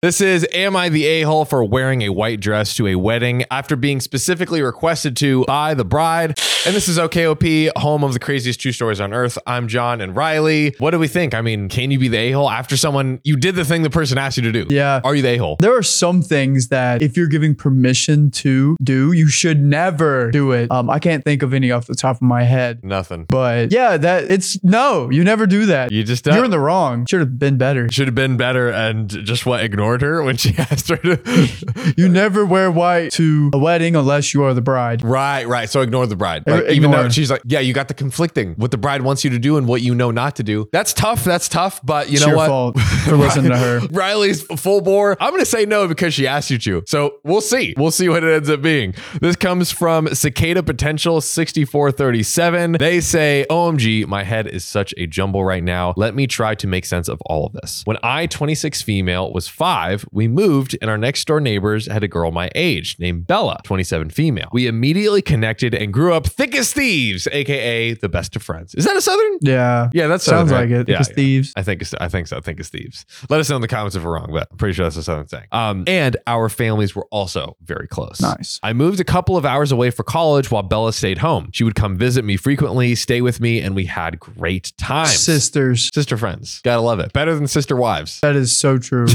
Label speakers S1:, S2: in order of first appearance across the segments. S1: This is Am I the a hole for wearing a white dress to a wedding after being specifically requested to by the bride? And this is OKOP, home of the craziest true stories on earth. I'm John and Riley. What do we think? I mean, can you be the a hole after someone you did the thing the person asked you to do?
S2: Yeah.
S1: Are you the a hole?
S2: There are some things that if you're giving permission to do, you should never do it. Um, I can't think of any off the top of my head,
S1: Nothing.
S2: but yeah, that it's no, you never do that.
S1: You just uh,
S2: You're in the wrong. Should have been better.
S1: should have been better and just what ignored her when she asked her to.
S2: You never wear white to a wedding unless you are the bride.
S1: right, right. So ignore the bride.
S2: Or
S1: Like, even though
S2: ignore.
S1: she's like, yeah, you got the conflicting what the bride wants you to do and what you know not to do. That's tough. That's tough. But you
S2: It's
S1: know
S2: your
S1: what?
S2: fault for listening to her.
S1: Riley's full bore. I'm going to say no because she asked you to. So we'll see. We'll see what it ends up being. This comes from Cicada Potential 6437. They say, OMG, my head is such a jumble right now. Let me try to make sense of all of this. When I, 26 female, was five, we moved and our next door neighbors had a girl my age named Bella, 27 female. We immediately connected and grew up thick as thieves, aka the best of friends. Is that a Southern?
S2: Yeah.
S1: Yeah, that's
S2: Sounds
S1: Southern,
S2: like
S1: right?
S2: it.
S1: Yeah,
S2: Just
S1: yeah.
S2: thieves.
S1: I think it's, I think so. I think it's thieves. Let us know in the comments if we're wrong, but I'm pretty sure that's a southern thing. Um, and our families were also very close.
S2: Nice.
S1: I moved a couple of hours away for college while Bella stayed home. She would come visit me frequently, stay with me, and we had great times.
S2: Sisters.
S1: Sister friends, gotta love it. Better than sister wives.
S2: That is so true.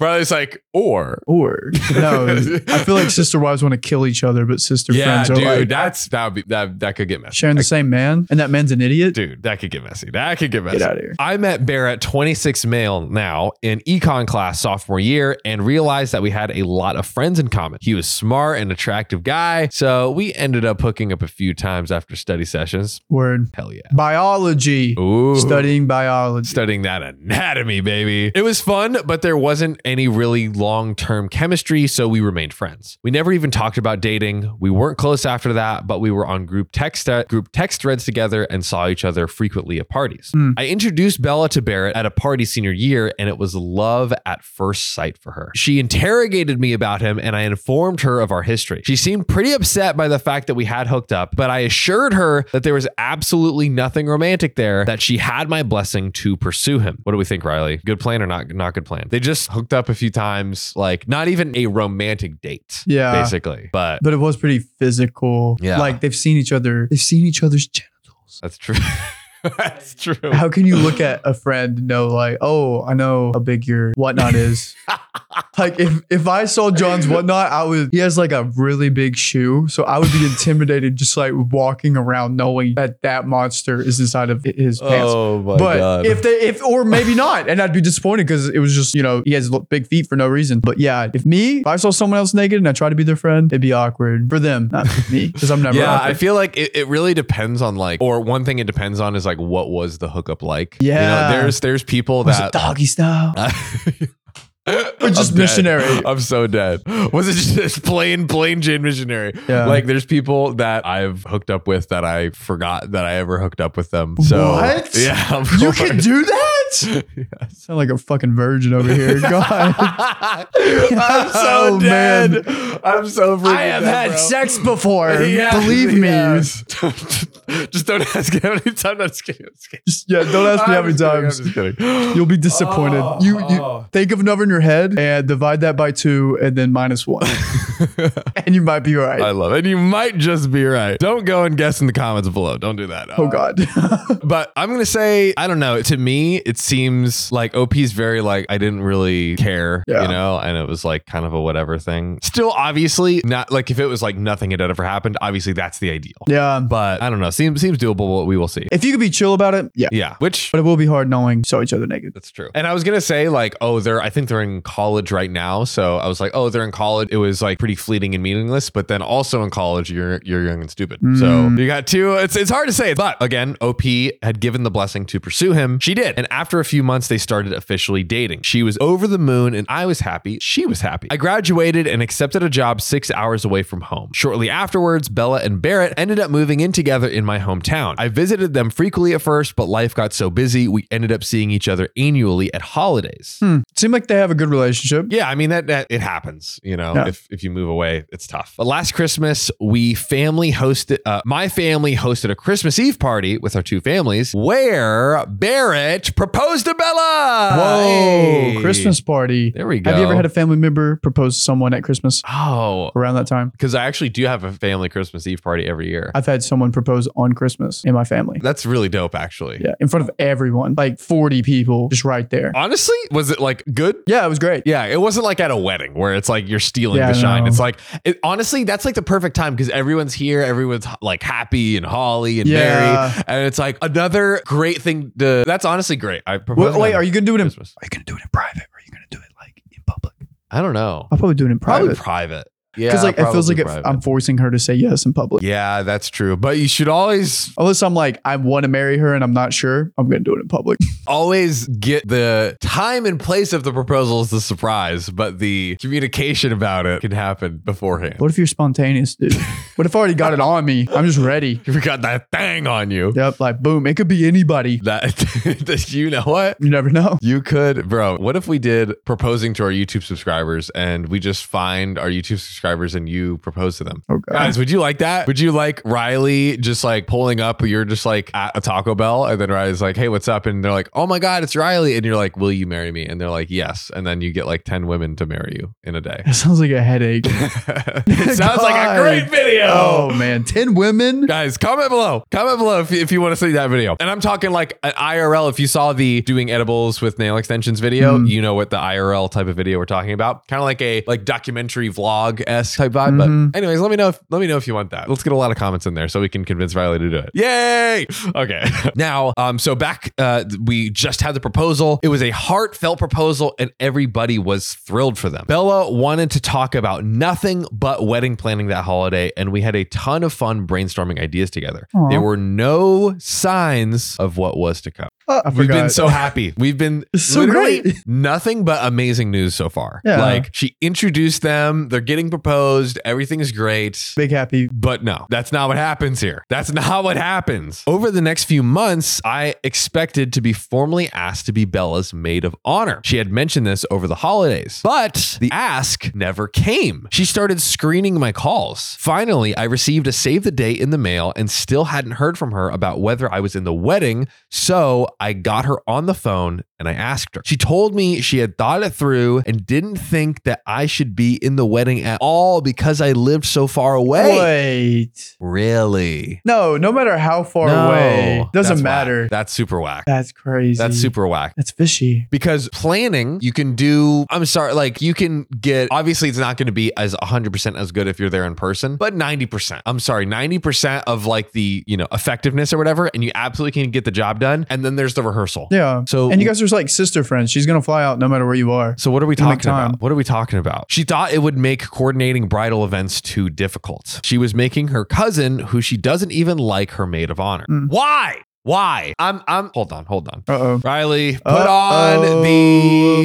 S1: Riley's like, or
S2: or no, I feel like sister wives want to kill each other, but sister
S1: yeah,
S2: friends are
S1: dude,
S2: like
S1: that's that would be that that could get messy.
S2: sharing the same man, and that man's an idiot.
S1: dude, that could get messy. That could get messy.
S2: Get out of here.
S1: I met Barrett 26 male now in econ class sophomore year and realized that we had a lot of friends in common. He was smart and attractive guy, so we ended up hooking up a few times after study sessions.
S2: Word.
S1: Hell yeah.
S2: Biology.
S1: Ooh.
S2: Studying biology.
S1: Studying that anatomy, baby. It was fun, but there wasn't any really long term chemistry, so we remained friends. We never even talked about dating. We weren't close after that, but we were on group text uh, group text threads together and saw each other frequently at parties. I introduced Bella to Barrett at a party senior year, and it was love at first sight for her. She interrogated me about him, and I informed her of our history. She seemed pretty upset by the fact that we had hooked up, but I assured her that there was absolutely nothing romantic there, that she had my blessing to pursue him. What do we think, Riley? Good plan or not not good plan? They just hooked up a few times, like not even a romantic date.
S2: Yeah.
S1: Basically. But
S2: But it was pretty physical.
S1: Yeah.
S2: Like they've seen each other. They've seen each other's genitals.
S1: that's true. that's true.
S2: How can you look at a friend and know like, oh, I know how big your whatnot is? like if if I saw John's whatnot, I would he has like a really big shoe. So I would be intimidated just like walking around knowing that that monster is inside of his pants.
S1: Oh my
S2: but if they if or maybe not and i'd be disappointed because it was just you know he has lo- big feet for no reason but yeah if me if i saw someone else naked and i tried to be their friend it'd be awkward for them not me because i'm never
S1: yeah,
S2: awkward.
S1: I feel like it, it really depends on like, or one thing it depends on is like, what was the hookup like? You know,
S2: Yeah.
S1: there's there's people
S2: was
S1: that
S2: it doggy style
S1: or
S2: just missionary.
S1: I'm so dead. Was it just plain, plain Jane missionary?
S2: Yeah.
S1: Like there's people that I've hooked up with that I forgot that I ever hooked up with them. So
S2: What?
S1: Yeah, of
S2: you
S1: course.
S2: can do that sound like a fucking virgin over here god
S1: I'm so
S2: Oh,
S1: dead.
S2: man.
S1: I'm so freaking
S2: i have
S1: dead,
S2: had
S1: bro.
S2: sex before
S1: Yeah,
S2: believe me
S1: yeah. just don't ask me how many times. I'm just kidding. I'm just kidding.
S2: Just- yeah don't ask me how
S1: I'm
S2: many
S1: just kidding,
S2: times
S1: I'm just kidding.
S2: You'll be disappointed.
S1: Oh,
S2: you you
S1: oh.
S2: think of a number in your head and divide that by two and then minus one. and you might be all right.
S1: I love it. And you might just be right. Don't go and guess in the comments below. Don't do that.
S2: oh
S1: Uh,
S2: God.
S1: But I'm gonna say, I don't know. To me, it seems like OP's very like I didn't really care,
S2: Yeah.
S1: you know, and it was like kind of a whatever thing. Still, obviously, not like if it was like nothing had ever happened. Obviously, that's the ideal.
S2: yeah.
S1: But I don't know. Seems seems doable. But we will see.
S2: If you could be chill about it, yeah.
S1: Yeah, which
S2: But it will be hard knowing you saw each other naked.
S1: That's true. And I was gonna say like, oh, they're I think they're in college right now. So I was like, oh, they're in college. It was like pretty fleeting and meaningless. But then also in college, you're you're young and stupid. So you got two. It's it's hard to say. But again, OP had given the blessing to pursue him. She did. And after a few months, they started officially dating. She was over the moon, and I was happy. She was happy. I graduated and accepted a job six hours away from home. Shortly afterwards, Bella and Barrett ended up moving in together in my hometown. I visited them frequently at first, but life got so busy we ended up seeing each other annually at holidays.
S2: Hmm. Seemed like they have a good relationship.
S1: Yeah, I mean that, that it happens, you know.
S2: Yeah.
S1: If if you move away, it's tough. But last Christmas, we family hosted uh, my family hosted a Christmas Eve party with our two families where Barrett proposed. proposed to Bella.
S2: Whoa,
S1: Hey.
S2: Christmas party.
S1: There we go.
S2: Have you ever had a family member propose to someone at Christmas
S1: Oh,
S2: around that time?
S1: because I actually do have a family Christmas Eve party every year.
S2: I've had someone propose on Christmas in my family.
S1: That's really dope, actually.
S2: Yeah, in front of everyone, like 40 people just right there.
S1: Honestly, was it like good?
S2: Yeah, it was great.
S1: Yeah, it wasn't like at a wedding where it's like you're stealing
S2: Yeah,
S1: the
S2: I
S1: shine.
S2: know.
S1: It's like it, honestly, that's like the perfect time because everyone's here, everyone's h- like happy and holly and
S2: Yeah.
S1: merry, and it's like another great thing to. That's honestly great. I propose.
S2: Wait, wait, are you gonna do it in? Are
S1: Christmas?
S2: you gonna do it in private? Or are you gonna do it like in public?
S1: I don't know.
S2: I'll probably do it in
S1: Probably
S2: private.
S1: private. Yeah,
S2: Because like it feels
S1: probably
S2: like it,
S1: private.
S2: I'm forcing her to say yes in public.
S1: yeah, that's true. But you should always,
S2: Unless Oh, I'm like I want to marry her and I'm not sure, I'm gonna do it in public.
S1: always get the time and place of the proposal is the surprise, but the communication about it can happen beforehand.
S2: What if you're spontaneous, dude? what if I already got it on me? I'm just ready.
S1: You forgot that thing on you.
S2: Yep, like boom, it could be anybody.
S1: That, that you know what?
S2: You never know.
S1: You could, bro. What if we did proposing to our YouTube subscribers and we just find our YouTube subscribers and you propose to them?
S2: Oh god.
S1: Guys, would you like that? Would you like Riley just like pulling up? You're just like at a Taco Bell, and then Riley's like, "Hey, what's up?" And they're like, "Oh my God, it's Riley!" And you're like, "Will you marry me?" And they're like, "Yes." And then you get like ten women to marry you in a day.
S2: That sounds like a headache.
S1: it sounds like
S2: God.
S1: a great video.
S2: Oh man, ten women.
S1: Guys, comment below. Comment below if, if you want to see that video. And I'm talking like an IRL. If you saw the doing edibles with nail extensions video,
S2: Mm.
S1: you know what the IRL type of video we're talking about. Kind of like a like documentary vlog esque type vibe.
S2: Mhm.
S1: But anyways, let me know if let me know if you want that. Let's get a lot of comments in there so we can convince Riley to do it. Yay! Okay. now, um, so back uh we just had the proposal. It was a heartfelt proposal, and everybody was thrilled for them. Bella wanted to talk about nothing but wedding planning that holiday, and we had a ton of fun brainstorming ideas together.
S2: Aw.
S1: There were no signs of what was to come.
S2: Uh, I
S1: We've been
S2: forgot.
S1: so happy. We've been
S2: It's so
S1: literally
S2: great.
S1: nothing but amazing news so far.
S2: Yeah.
S1: Like she introduced them, they're getting proposed, everything's great.
S2: big happy.
S1: But no, that's not what happens here. That's not what happens. Over the next few months, I expected to be formally asked to be Bella's maid of honor. She had mentioned this over the holidays, but the ask never came. She started screening my calls. Finally, I received a save the date in the mail and still hadn't heard from her about whether I was in the wedding, so I got her on the phone and I asked her. She told me she had thought it through and didn't think that I should be in the wedding at all because I lived so far away.
S2: Wait.
S1: Really?
S2: No, no matter how far
S1: No.
S2: away, doesn't
S1: That's whack.
S2: matter.
S1: That's super whack.
S2: That's crazy.
S1: That's super whack.
S2: That's fishy.
S1: Because planning, you can do, I'm sorry, like you can get, obviously, it's not going to be as 100% as good if you're there in person, but 90%. I'm sorry, 90% of like the, you know, effectiveness or whatever. And you absolutely can get the job done. And then there's the rehearsal.
S2: Yeah.
S1: So,
S2: And you guys are like sister friends. She's gonna fly out no matter where you are.
S1: so what are we
S2: Gonna make
S1: talking about?
S2: time.
S1: What are we talking about? She thought it would make coordinating bridal events too difficult. She was making her cousin, who she doesn't even like, her maid of honor.
S2: Mm.
S1: Why? Why? I'm I'm hold on, hold on.
S2: Uh oh.
S1: Riley, put on
S2: Uh-oh.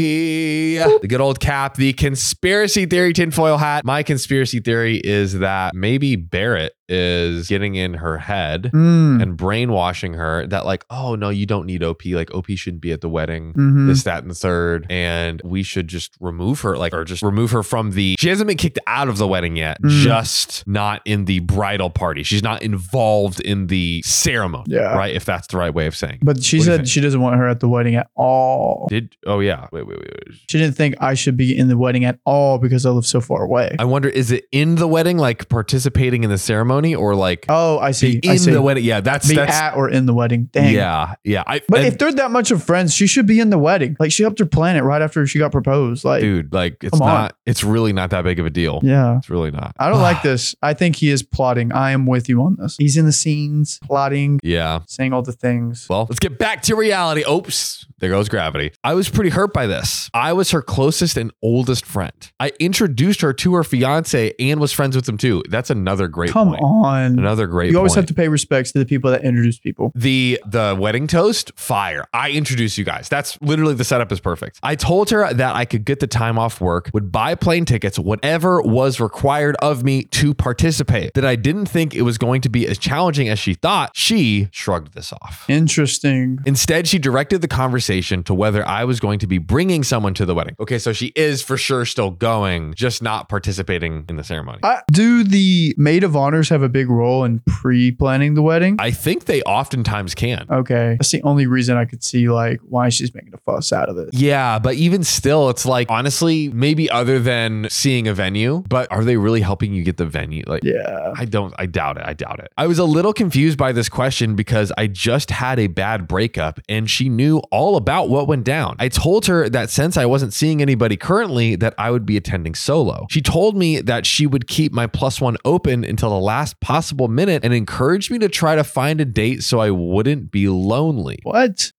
S1: the the good old cap, the conspiracy theory tinfoil hat. My conspiracy theory is that maybe Barrett is getting in her head
S2: Mm.
S1: and brainwashing her that like, oh no, you don't need OP. Like OP shouldn't be at the wedding.
S2: Mhm.
S1: This, that, and the third, and we should just remove her, like, or just remove her from the. She hasn't been kicked out of the wedding yet,
S2: Mm.
S1: just not in the bridal party. She's not involved in the ceremony,
S2: Yeah.
S1: right? If that's the right way of saying.
S2: But
S1: What do
S2: she
S1: you
S2: said
S1: think?
S2: she doesn't want her at the wedding at all.
S1: Did oh yeah. Wait, wait, wait, wait.
S2: She didn't think I should be in the wedding at all because I live so far away.
S1: I wonder is it in the wedding, like participating in the ceremony, or like
S2: oh, I see.
S1: be
S2: I
S1: in
S2: see.
S1: the wedding? Yeah, that's
S2: be
S1: that's
S2: at or in the wedding. Dang.
S1: yeah, yeah. I
S2: But
S1: and-
S2: if they're that much of friends, she should be in the wedding. Like she helped her plan it right after she got proposed. Like,
S1: dude, like it's
S2: Come on.
S1: not it's really not that big of a deal.
S2: yeah.
S1: It's really not.
S2: I don't like this. I think he is plotting. I am with you on this. He's in the scenes, plotting,
S1: Yeah.
S2: saying all the things.
S1: Well, let's get back to reality. Oops, there goes gravity. I was pretty hurt by this. I was her closest and oldest friend. I introduced her to her fiance and was friends with him too. That's another great
S2: Come
S1: point.
S2: on.
S1: Another great
S2: you always
S1: point.
S2: have to pay respects to the people that introduce people.
S1: the the wedding toast fire i introduce you guys that's literally the setup is perfect i told her that i could get the time off work would buy plane tickets whatever was required of me to participate that i didn't think it was going to be as challenging as she thought she shrugged this off
S2: Interesting.
S1: Instead, she directed the conversation to whether I was going to be bringing someone to the wedding. Okay, so she is for sure still going, just not participating in the ceremony.
S2: I, do the maid of honors have a big role in pre-planning the wedding?
S1: I think they oftentimes can.
S2: Okay, that's the only reason I could see like why she's making a fuss out of it.
S1: Yeah, but even still, it's like honestly, maybe other than seeing a venue, but are they really helping you get the venue? Like,
S2: Yeah,
S1: I don't, I doubt it. I doubt it. I was a little confused by this question because I just had a bad breakup and she knew all about what went down. I told her that since I wasn't seeing anybody currently, that I would be attending solo. She told me that she would keep my plus one open until the last possible minute and encouraged me to try to find a date so I wouldn't be lonely.
S2: what?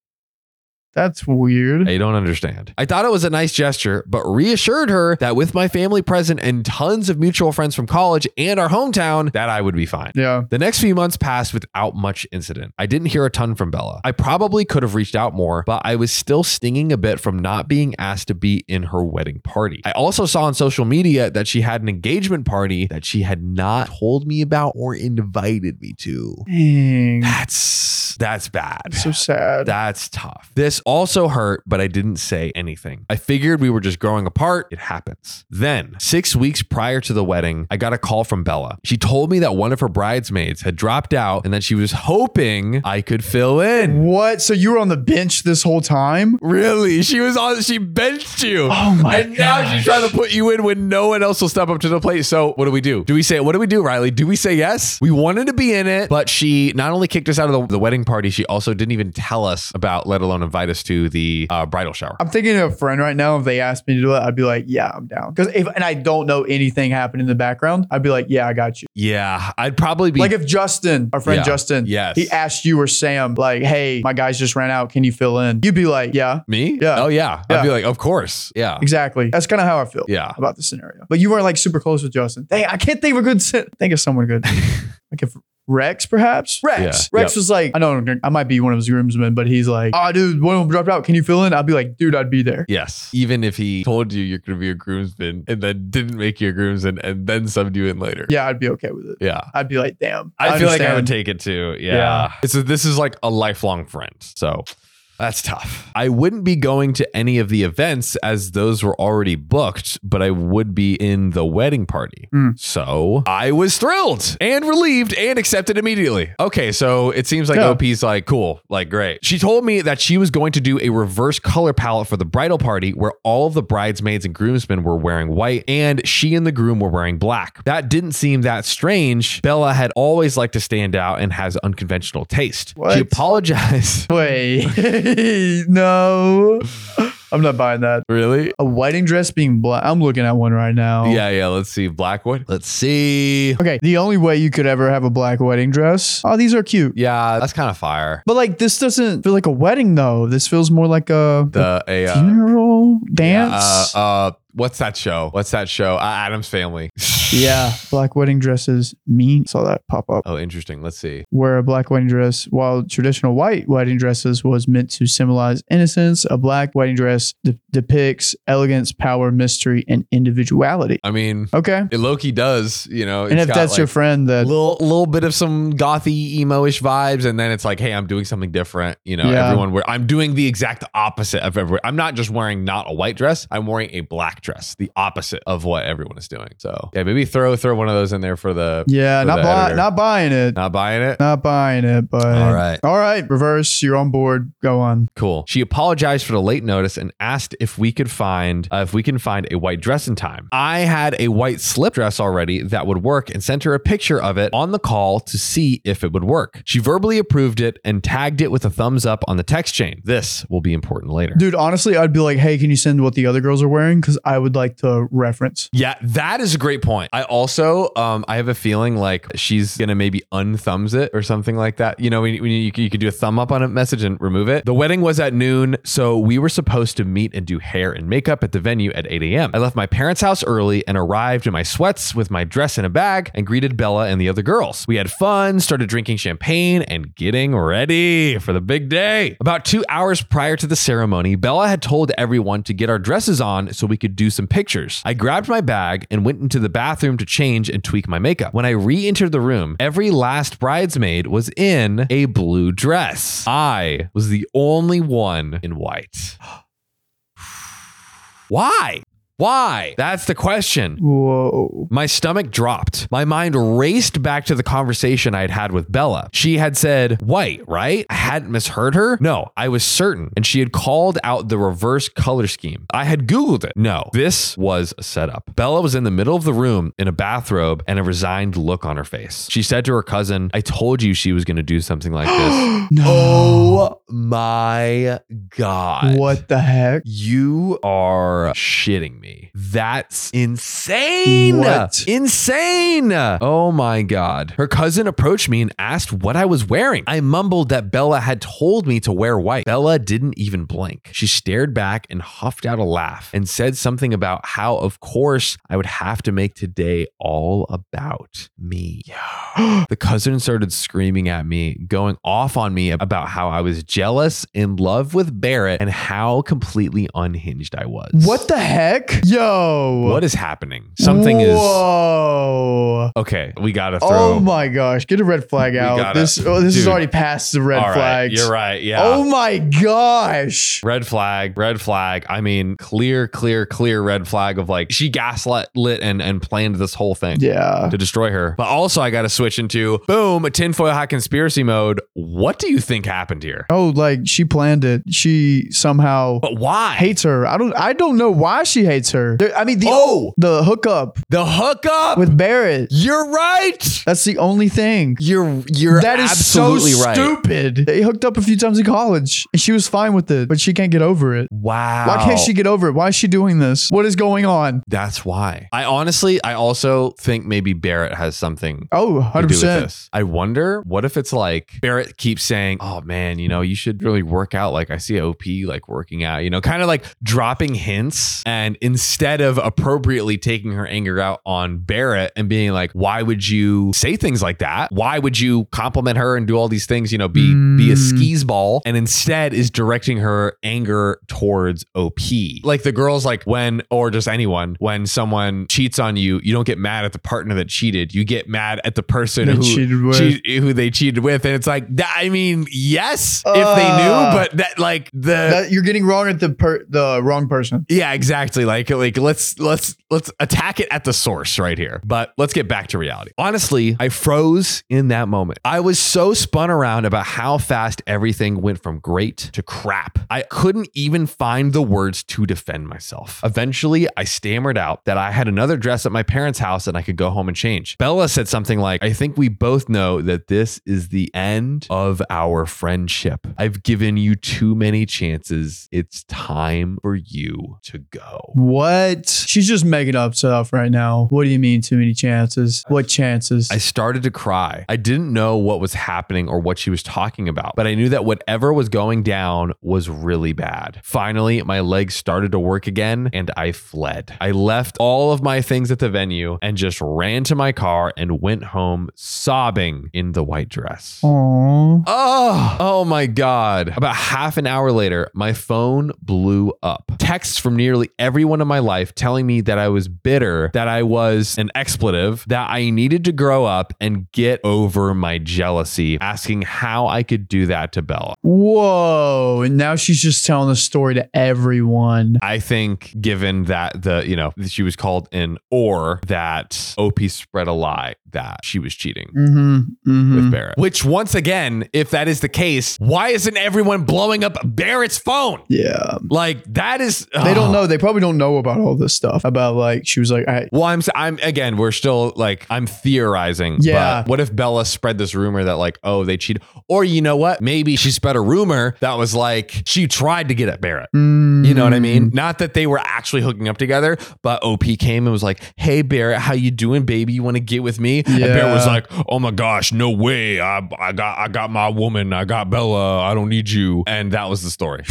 S2: That's weird.
S1: I don't understand. I thought it was a nice gesture, but reassured her that with my family present and tons of mutual friends from college and our hometown, that I would be fine.
S2: Yeah,
S1: The next few months passed without much incident. I didn't hear a ton from Bella. I probably could have reached out more, but I was still stinging a bit from not being asked to be in her wedding party. I also saw on social media that she had an engagement party that she had not told me about or invited me to.
S2: dang,
S1: That's that's bad.
S2: that's so sad.
S1: That's tough. This also hurt, but I didn't say anything. I figured we were just growing apart. It happens. Then, six weeks prior to the wedding, I got a call from Bella. She told me that one of her bridesmaids had dropped out and that she was hoping I could fill in.
S2: What? So you were on the bench this whole time?
S1: Really? She was on, she benched you.
S2: Oh my
S1: And now she's
S2: gosh.
S1: trying to put you in when no one else will step up to the plate. So what do we do? Do we say what do we do, Riley? Do we say yes? We wanted to be in it, but she not only kicked us out of the, the wedding party, she also didn't even tell us about, let alone invite us to the uh, bridal shower.
S2: I'm thinking of a friend right now. If they asked me to do it, I'd be like, yeah, I'm down. Because if and I don't know anything happened in the background, I'd be like, yeah, I got you.
S1: Yeah, I'd probably be
S2: Like if Justin, our friend
S1: Yeah.
S2: Justin,
S1: Yes.
S2: he asked you or Sam, like, hey, my guys just ran out. Can you fill in? You'd be like, yeah,
S1: me.
S2: Yeah.
S1: Oh yeah. I'd
S2: Yeah.
S1: be like, of course. Yeah.
S2: exactly. That's kind of how I feel
S1: Yeah.
S2: about the scenario. But you weren't like super close with Justin. Hey, I can't think of a good sen- think of someone good. like if Rex, perhaps Rex.
S1: Yeah.
S2: Rex was like, I know I might be one of his groomsmen, but he's like, oh, dude, one of them dropped out. Can you fill in? I'd be like, dude, I'd be there.
S1: Yes. Even if he told you you're gonna be a groomsman and then didn't make you a groomsman and then subbed you in later.
S2: Yeah, I'd be okay with it.
S1: Yeah.
S2: I'd be like, damn.
S1: I, feel like I would
S2: understand.
S1: take it too. Yeah.
S2: Yeah.
S1: It's a- this is like a lifelong friend. So that's tough. I wouldn't be going to any of the events as those were already booked, but I would be in the wedding party.
S2: Hmm.
S1: So I was thrilled and relieved and accepted immediately. Okay. So it seems like
S2: Yeah.
S1: OP's like, cool, like, great. She told me that she was going to do a reverse color palette for the bridal party where all of the bridesmaids and groomsmen were wearing white and she and the groom were wearing black. That didn't seem that strange. Bella had always liked to stand out and has unconventional taste.
S2: What?
S1: She apologized.
S2: Wait, no, I'm not buying that.
S1: really?
S2: A wedding dress being black. I'm looking at one right now.
S1: Yeah, yeah. Let's see. Black one. Let's see.
S2: Okay. The only way you could ever have a black wedding dress. Oh, these are cute.
S1: Yeah, that's kind of fire.
S2: But like, this doesn't feel like a wedding though. This feels more like a,
S1: The a,
S2: a
S1: uh,
S2: funeral
S1: yeah,
S2: dance.
S1: uh, uh, what's that show? What's that show? Uh, Adam's Family.
S2: Yeah, black wedding dresses mean saw that pop up.
S1: Oh, interesting. Let's see.
S2: Where a black wedding dress, while traditional white wedding dresses was meant to symbolize innocence, a black wedding dress de- depicts elegance, power, mystery, and individuality.
S1: I mean,
S2: Okay,
S1: it Loki does, you know.
S2: and if that's your friend, that
S1: little little bit of some gothy emo-ish vibes, and then it's like, hey, I'm doing something different. You know,
S2: Yeah.
S1: everyone wear I'm doing the exact opposite of everyone. I'm not just wearing not a white dress, I'm wearing a black dress, the opposite of what everyone is doing. So yeah, maybe throw throw one of those in there for the
S2: yeah,
S1: for
S2: not
S1: the
S2: buy,
S1: editor.
S2: not buying it,
S1: not buying it.
S2: not buying it. But
S1: All right.
S2: all right, reverse. You're on board. Go on.
S1: Cool. She apologized for the late notice and asked if we could find uh, if we can find a white dress in time. I had a white slip dress already that would work and sent her a picture of it on the call to see if it would work. She verbally approved it and tagged it with a thumbs up on the text chain. This will be important later.
S2: Dude, honestly, I'd be like, hey, can you send what the other girls are wearing? Because I would like to reference.
S1: Yeah, that is a great point. I also, um, I have a feeling like she's gonna maybe unthumbs it or something like that. You know, when, when you, you, could do a thumb up on a message and remove it. The wedding was at noon, so we were supposed to meet and do hair and makeup at the venue at 8 a.m. I left my parents' house early and arrived in my sweats with my dress in a bag and greeted Bella and the other girls. We had fun, started drinking champagne, and getting ready for the big day. About two hours prior to the ceremony, Bella had told everyone to get our dresses on so we could do do some pictures. I grabbed my bag and went into the bathroom to change and tweak my makeup. When I re entered the room, every last bridesmaid was in a blue dress. I was the only one in white. Why? Why? That's the question.
S2: Whoa.
S1: My stomach dropped. My mind raced back to the conversation I had had with Bella. She had said, white, right? I hadn't misheard her. No, I was certain. And she had called out the reverse color scheme. I had Googled it. No, this was a setup. Bella was in the middle of the room in a bathrobe and a resigned look on her face. She said to her cousin, I told you she was going to do something like this.
S2: No.
S1: oh my God.
S2: What the heck?
S1: You are shitting me. That's insane.
S2: What?
S1: Insane. Oh my God. Her cousin approached me and asked what I was wearing. I mumbled that Bella had told me to wear white. Bella didn't even blink. She stared back and huffed out a laugh and said something about how, of course, I would have to make today all about me. the cousin started screaming at me, going off on me about how I was jealous, in love with Barrett, and how completely unhinged I was.
S2: What the heck? Yo.
S1: What is happening? Something is
S2: Whoa.
S1: okay. We gotta throw.
S2: Oh my gosh. Get a red flag
S1: We
S2: out.
S1: gotta-
S2: this oh, this is
S1: dude.
S2: already past the red
S1: All right,
S2: flags.
S1: You're right. Yeah.
S2: Oh my gosh.
S1: Red flag, red flag. I mean, clear, clear, clear red flag of like she gaslit lit and and planned this whole thing.
S2: Yeah.
S1: to destroy her. But also, I got to switch into boom tinfoil hat conspiracy mode. What do you think happened here?
S2: Oh, like she planned it. She somehow
S1: But why?
S2: hates her. I don't I don't know why she hates her. There- I mean the
S1: Oh!
S2: the hookup
S1: the hookup.
S2: with Barrett.
S1: you're right.
S2: That's the only thing.
S1: You're you're
S2: That is
S1: absolutely
S2: so
S1: right.
S2: stupid. They hooked up a few times in college and she was fine with it, but she can't get over it.
S1: Wow.
S2: Why can't she get over it? Why is she doing this? What is going on?
S1: That's why. I honestly, I also think maybe Barrett has something
S2: Oh, 100%.
S1: to do with this. I wonder what if it's like Barrett keeps saying, "Oh man, you know, you should really work out." Like I see OP like working out, you know, kind of like dropping hints, and instead of appropriately taking her anger out on Barrett and being like, "Why would you say things like that? Why would you compliment her and do all these things? You know, be be a
S2: Mm.
S1: skis ball?" And instead is directing her anger towards OP. Like the girls, like when or just anyone, when someone cheats on you, you don't get mad at the partner that cheated. You get mad at the person
S2: They
S1: who
S2: cheated with.
S1: cheat- who they cheated with, and it's like, that, I mean, yes, if they
S2: Uh,
S1: knew, but that like the
S2: That- you're getting wrong at the per, the wrong person.
S1: yeah, exactly. Like like let's let's let's attack it at the source right here. But let's get back to reality. Honestly, I froze in that moment. I was so spun around about how fast everything went from great to crap. I couldn't even find the words to defend myself. Eventually, I stammered out that I had another dress at my parents' house and I could go home and change. Bella said something like, "I think we both know that this is the end of our friendship. I've given you too many chances. It's time for you to go."
S2: What? She's just making up stuff right now. What do you mean too many chances? What chances?
S1: I started to cry. I didn't know what was happening or what she was talking about, but I knew that whatever was going down was really bad. Finally, my legs started to work again and I fled. I left all of my things at the venue and just ran to my car and went home sobbing in the white dress.
S2: Aw.
S1: Oh, oh my God. About half an hour later, my phone blew up. Texts from nearly everyone in my life telling me that I was bitter, that I was an expletive, that I needed to grow up and get over my jealousy, asking how I could do that to Bella.
S2: Whoa. And now she's just telling the story to everyone.
S1: I think given that the, you know, she was called an or that OP spread a lie that she was cheating.
S2: Mm-hmm.
S1: with
S2: Mm-hmm.
S1: Barrett. Which, once again, if that is the case, why isn't everyone blowing up Barrett's phone?
S2: Yeah.
S1: Like that is oh.
S2: They don't
S1: Ugh.
S2: know. They probably don't know about all this stuff. About like she was like, I
S1: Well, I'm s- I'm again. We're still like I'm theorizing.
S2: Yeah.
S1: But what if Bella spread this rumor that like oh they cheated, or you know what? Maybe she spread a rumor that was like she tried to get at Barrett.
S2: mm.
S1: You know what I mean? Not that they were actually hooking up together, but OP came and was like, "Hey Barrett, how you doing, baby? You want to get with me?" And Barrett was
S2: Yeah.
S1: like, "Oh my gosh, no way! I I got I got my woman. I got Bella. I don't need you." And that was the story.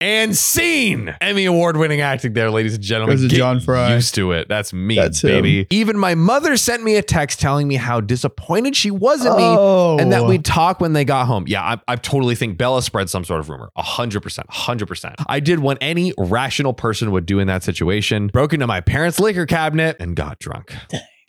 S1: and scene. Emmy award winning acting there, ladies and gentlemen.
S2: There's a
S1: Get
S2: John Fry.
S1: Used to it. That's me,
S2: That's him.
S1: baby. Even my mother sent me a text telling me how disappointed she was at me
S2: Oh,
S1: and that we talk when they got home. Yeah, I, I totally think Bella spread some sort of rumor. A hundred percent, hundred percent. I did what any rational person would do in that situation: broke into my parents' liquor cabinet and got drunk.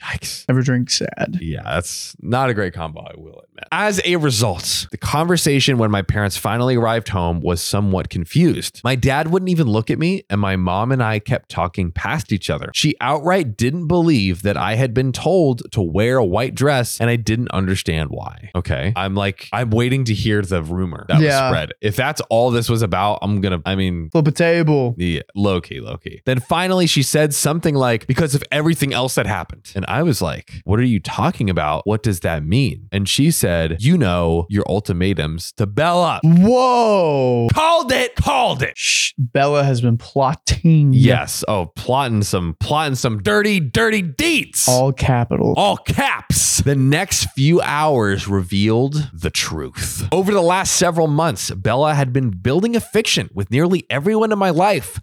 S1: Yikes.
S2: never drink sad.
S1: Yeah, that's not a great combo, I will admit. As a result, the conversation when my parents finally arrived home was somewhat confused. My dad wouldn't even look at me, and my mom and I kept talking past each other. She outright didn't believe that I had been told to wear a white dress, and I didn't understand why. Okay. I'm like, I'm waiting to hear the rumor that was
S2: Yeah.
S1: spread. If that's all this was about, I'm going to, I mean,
S2: Flip a table.
S1: yeah, low key, low key. Then finally, she said something like, because of everything else that happened. And I was like, what are you talking about? What does that mean? And she said, you know, your ultimatums to Bella.
S2: Whoa.
S1: Called it, called it.
S2: Shh, Bella has been plotting.
S1: Yes. Oh, plotting some, plotting some dirty, dirty deeds.
S2: All capital.
S1: All caps. The next few hours revealed the truth. Over the last several months, Bella had been building a fiction with nearly everyone in my life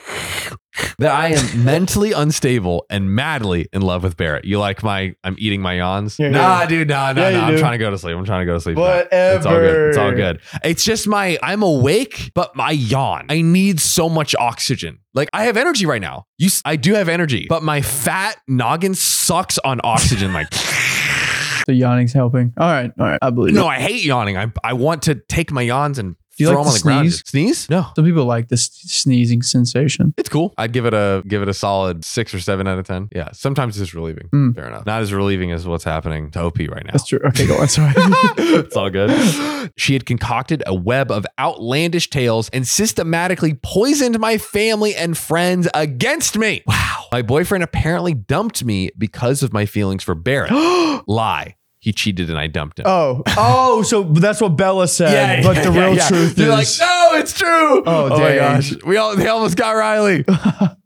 S1: that I am mentally unstable and madly in love with Barrett. You like my I'm eating my yawns?
S2: Yeah,
S1: nah,
S2: yeah.
S1: dude, nah, nah,
S2: Yeah, you
S1: nah. I'm
S2: do.
S1: trying to go to sleep. I'm trying to go to sleep. now.
S2: Whatever.
S1: It's all good. It's all good. It's just my I'm awake, but my yawn. I need so much oxygen. Like I have energy right now. You, s- I do have energy, but my fat noggin sucks on oxygen. Like
S2: The yawning's helping. All right. All right. I believe
S1: no,
S2: it.
S1: I hate yawning. I I want to take my yawns and
S2: Do you
S1: throw
S2: like
S1: them on
S2: to
S1: the ground.
S2: sneeze?
S1: Sneeze? No.
S2: Some people like this sneezing sensation.
S1: It's cool. I'd give it a give it a solid six or seven out of ten. Yeah. Sometimes it's relieving.
S2: Hmm.
S1: Fair enough. Not as relieving as what's happening to OP right now.
S2: That's true. Okay, go on. Sorry.
S1: it's all good. She had concocted a web of outlandish tales and systematically poisoned my family and friends against me. Wow. My boyfriend apparently dumped me because of my feelings for Barrett. Lie. He cheated and I dumped him.
S2: Oh, oh, so that's what Bella said. but the real truth
S1: You're
S2: is
S1: like, no, it's true. Oh, my
S2: dang.
S1: gosh, we all they almost got Riley.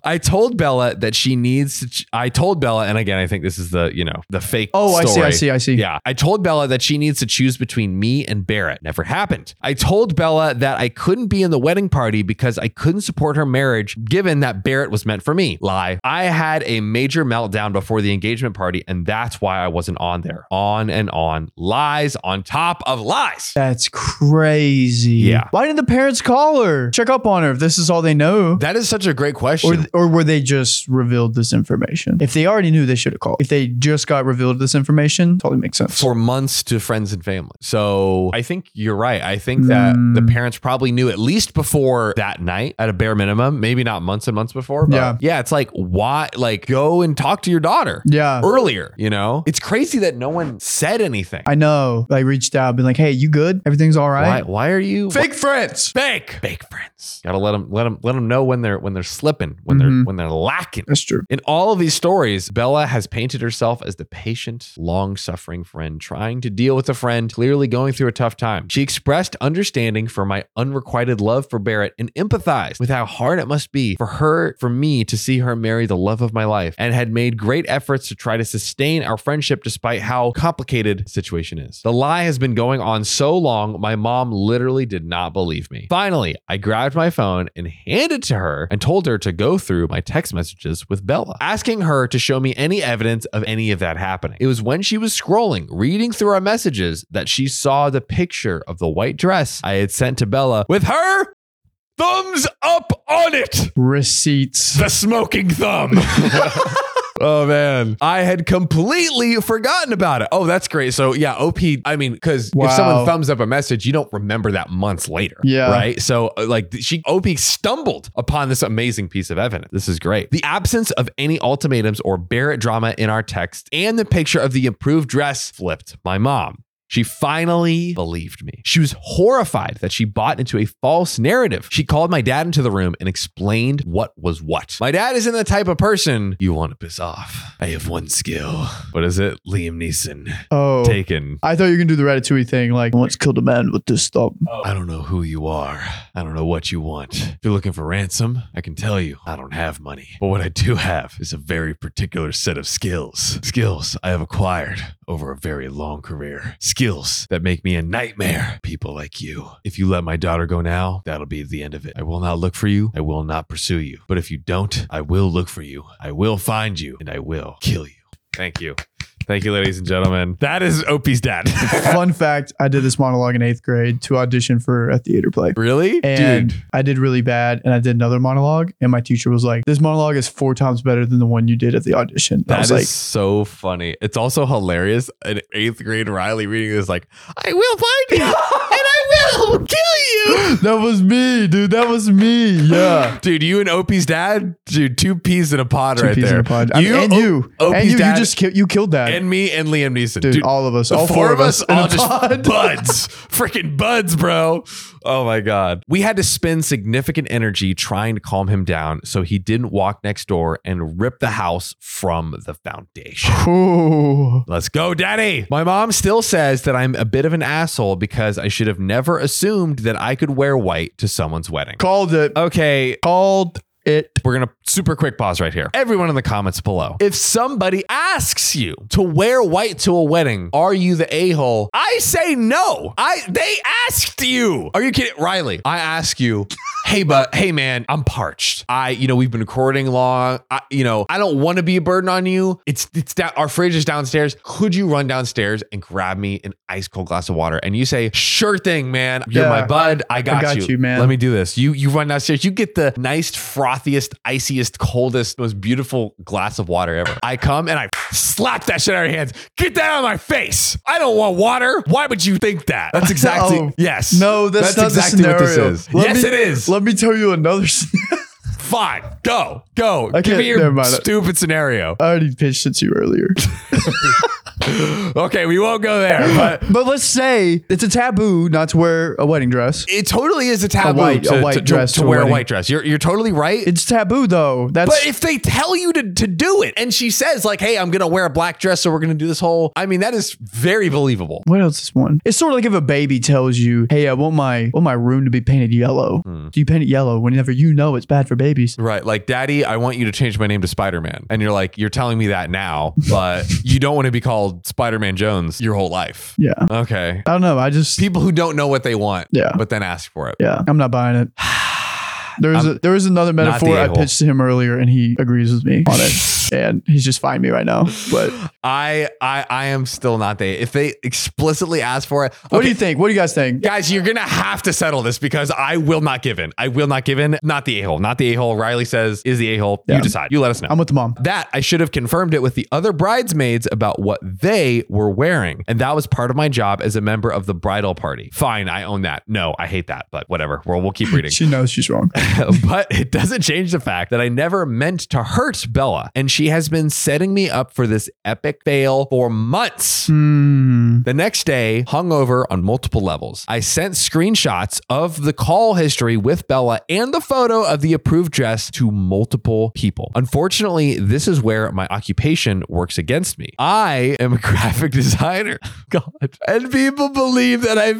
S1: I told Bella that she needs. To ch- I told Bella, and again, I think this is the you know the fake.
S2: Oh, I see, I
S1: story.
S2: see, I see.
S1: Yeah, I told Bella that she needs to choose between me and Barrett. Never happened. I told Bella that I couldn't be in the wedding party because I couldn't support her marriage, given that Barrett was meant for me. Lie. I had a major meltdown before the engagement party, and that's why I wasn't on there. On and on, lies on top of lies.
S2: that's crazy.
S1: Yeah.
S2: Why didn't the parents call her? Check up on her if this is all they know.
S1: That is such a great question.
S2: Or, or were they just revealed this information? If they already knew, they should have called. If they just got revealed this information, totally makes sense.
S1: for months to friends and family. So I think you're right. I think that
S2: Mm.
S1: the parents probably knew at least before that night at a bare minimum, maybe not months and months before. But yeah.
S2: Yeah.
S1: It's like, why? Like, go and talk to your daughter
S2: yeah,
S1: earlier, you know? It's crazy that no one said anything.
S2: I know. Like reached out, been like, "Hey, you good? Everything's all
S1: why,
S2: right."
S1: why are you
S2: Fake friends.
S1: fake fake friends? Gotta let them let them let them know when they're when they're slipping, when they're
S2: Mhm.
S1: when they're lacking.
S2: That's true.
S1: In all of these stories, Bella has painted herself as the patient, long suffering friend trying to deal with a friend clearly going through a tough time. She expressed understanding for my unrequited love for Barrett and empathized with how hard it must be for her, for me to see her marry the love of my life, and had made great efforts to try to sustain our friendship despite how complicated the situation is. The lie has been going on so long, my mom literally did not believe me. Finally, I grabbed my phone and handed it to her and told her to go through my text messages with Bella, asking her to show me any evidence of any of that happening. It was when she was scrolling, reading through our messages, that she saw the picture of the white dress I had sent to Bella with her thumbs up on it
S2: Receipts.
S1: the smoking thumb. Oh man, I had completely forgotten about it. Oh, that's great. So yeah, OP. I mean, because if
S2: Wow.
S1: someone thumbs up a message, you don't remember that months later.
S2: Yeah.
S1: right. So uh, like she OP stumbled upon this amazing piece of evidence. This is great. The absence of any ultimatums or Barrett drama in our text, and the picture of the improved dress flipped my mom. She finally believed me. She was horrified that she bought into a false narrative. She called my dad into the room and explained what was what. My dad isn't the type of person you want to piss off. I have one skill. What is it? Liam Neeson.
S2: Oh,
S1: Taken.
S2: I thought you were gonna do the Ratatouille thing. Like, once killed a man with this thumb.
S1: I don't know who you are. I don't know what you want. If you're looking for ransom, I can tell you I don't have money. But what I do have is a very particular set of skills. Skills I have acquired over a very long career. Skills skills that make me a nightmare. People like you. If you let my daughter go now, that'll be the end of it. I will not look for you. I will not pursue you. But if you don't, I will look for you. I will find you and I will kill you. Thank you. Thank you, ladies and gentlemen. That is Opie's dad.
S2: Fun fact I did this monologue in eighth grade to audition for a theater play.
S1: really?
S2: And
S1: Dude.
S2: I did really bad and I did another monologue and my teacher was like, This monologue is four times better than the one you did at the audition. And I
S1: That
S2: was
S1: is
S2: like,
S1: so funny. It's also hilarious. An eighth grade Riley reading this, like, I will find you and I will kill you.
S2: That was me, dude. That was me. Yeah.
S1: Dude, you and Opie's dad, dude, two peas in a pod
S2: Two
S1: right
S2: peas
S1: there.
S2: in a pod. I mean,
S1: You,
S2: and
S1: O-
S2: you.
S1: Opie's
S2: and you, you
S1: dad-
S2: just killed you killed that.
S1: and me and Liam Neeson.
S2: dude, all of us.
S1: the
S2: All
S1: four of us
S2: in a
S1: all just
S2: pod.
S1: buds, freaking buds, bro. Oh my god, we had to spend significant energy trying to calm him down so he didn't walk next door and rip the house from the foundation.
S2: Ooh.
S1: Let's go, daddy. My mom still says that I'm a bit of an asshole because I should have never assumed that I could wear white to someone's wedding.
S2: Called it.
S1: Uh, Okay,
S2: Called it.
S1: we're gonna super quick pause right here. Everyone in the comments below, if somebody asks you to wear white to a wedding, are you the a hole? I say no. I they asked you. Are you kidding, Riley? I ask you. Hey, but hey, man, I'm parched. I, you know, we've been recording long. I, you know, I don't want to be a burden on you. It's it's down. Our fridge is downstairs. Could you run downstairs and grab me an ice cold glass of water? And you say, sure thing, man. You're
S2: Yeah.
S1: my bud. I got,
S2: got you, man.
S1: Let me me do this. You you run downstairs. You get the nice, frothiest, iciest, coldest, most beautiful glass of water ever. I come and I slap that shit out of your hands. Get that out of my face. I don't want water. Why would you think that? That's exactly
S2: Oh.
S1: yes.
S2: No, that's, not
S1: exactly
S2: the
S1: what this
S2: scenario.
S1: is.
S2: Let
S1: yes,
S2: me-
S1: it is.
S2: Let me tell you another. sce-
S1: Fine. Go. Go.
S2: Okay,
S1: Give me
S2: never
S1: your
S2: mind.
S1: stupid scenario.
S2: I already pitched it to you earlier.
S1: Okay, we won't go there, but
S2: but let's say it's a taboo not to wear a wedding dress.
S1: it totally is a taboo
S2: white- a
S1: to,
S2: white
S1: to- to-
S2: dress
S1: to,
S2: to a
S1: wear a
S2: wedding.
S1: white dress. You're you're totally right.
S2: It's taboo though. That's
S1: But if they tell you to, to do it and she says, like, hey, I'm going to wear a black dress, so we're going to do this whole, I mean, that is very believable.
S2: what else is one? It's sort of like if a baby tells you, "Hey, I want my want my room to be painted yellow."
S1: Hmm.
S2: Do you paint it yellow whenever you know it's bad for babies?
S1: Right. Like, daddy, I want you to change my name to Spider Man. And you're like, you're telling me that now, but you don't want to be called Spider Man Jones your whole life.
S2: Yeah, I
S1: Okay.
S2: don't know. I just
S1: People who don't know what they want,
S2: Yeah.
S1: but then ask for it.
S2: yeah, I'm not buying it. There was a, there was another
S1: the
S2: metaphor I
S1: a-hole.
S2: pitched to him earlier, and he agrees with me on it, and he's just fine me right now. But
S1: I, I, I am still not they. If they explicitly ask for it,
S2: what
S1: okay,
S2: do you think? What do you guys think?
S1: Guys, you're gonna have to settle this because I will not give in. I will not give in. Not the a hole. Not the a hole. Riley says is the a hole. You
S2: Yeah.
S1: decide. You let us know.
S2: I'm with the mom.
S1: that I should have confirmed it with the other bridesmaids about what they were wearing. And that was part of my job as a member of the bridal party. Fine, I own that. No, I hate that, but whatever. Well, we'll keep reading.
S2: She knows she's wrong.
S1: but it doesn't change the fact that I never meant to hurt Bella. And she has been setting me up for this epic fail for months.
S2: Hmm.
S1: The next day, hungover on multiple levels, I sent screenshots of the call history with Bella and the photo of the approved dress to multiple people. Unfortunately, this is where my occupation works against me. I am a graphic designer. God. And people believe that I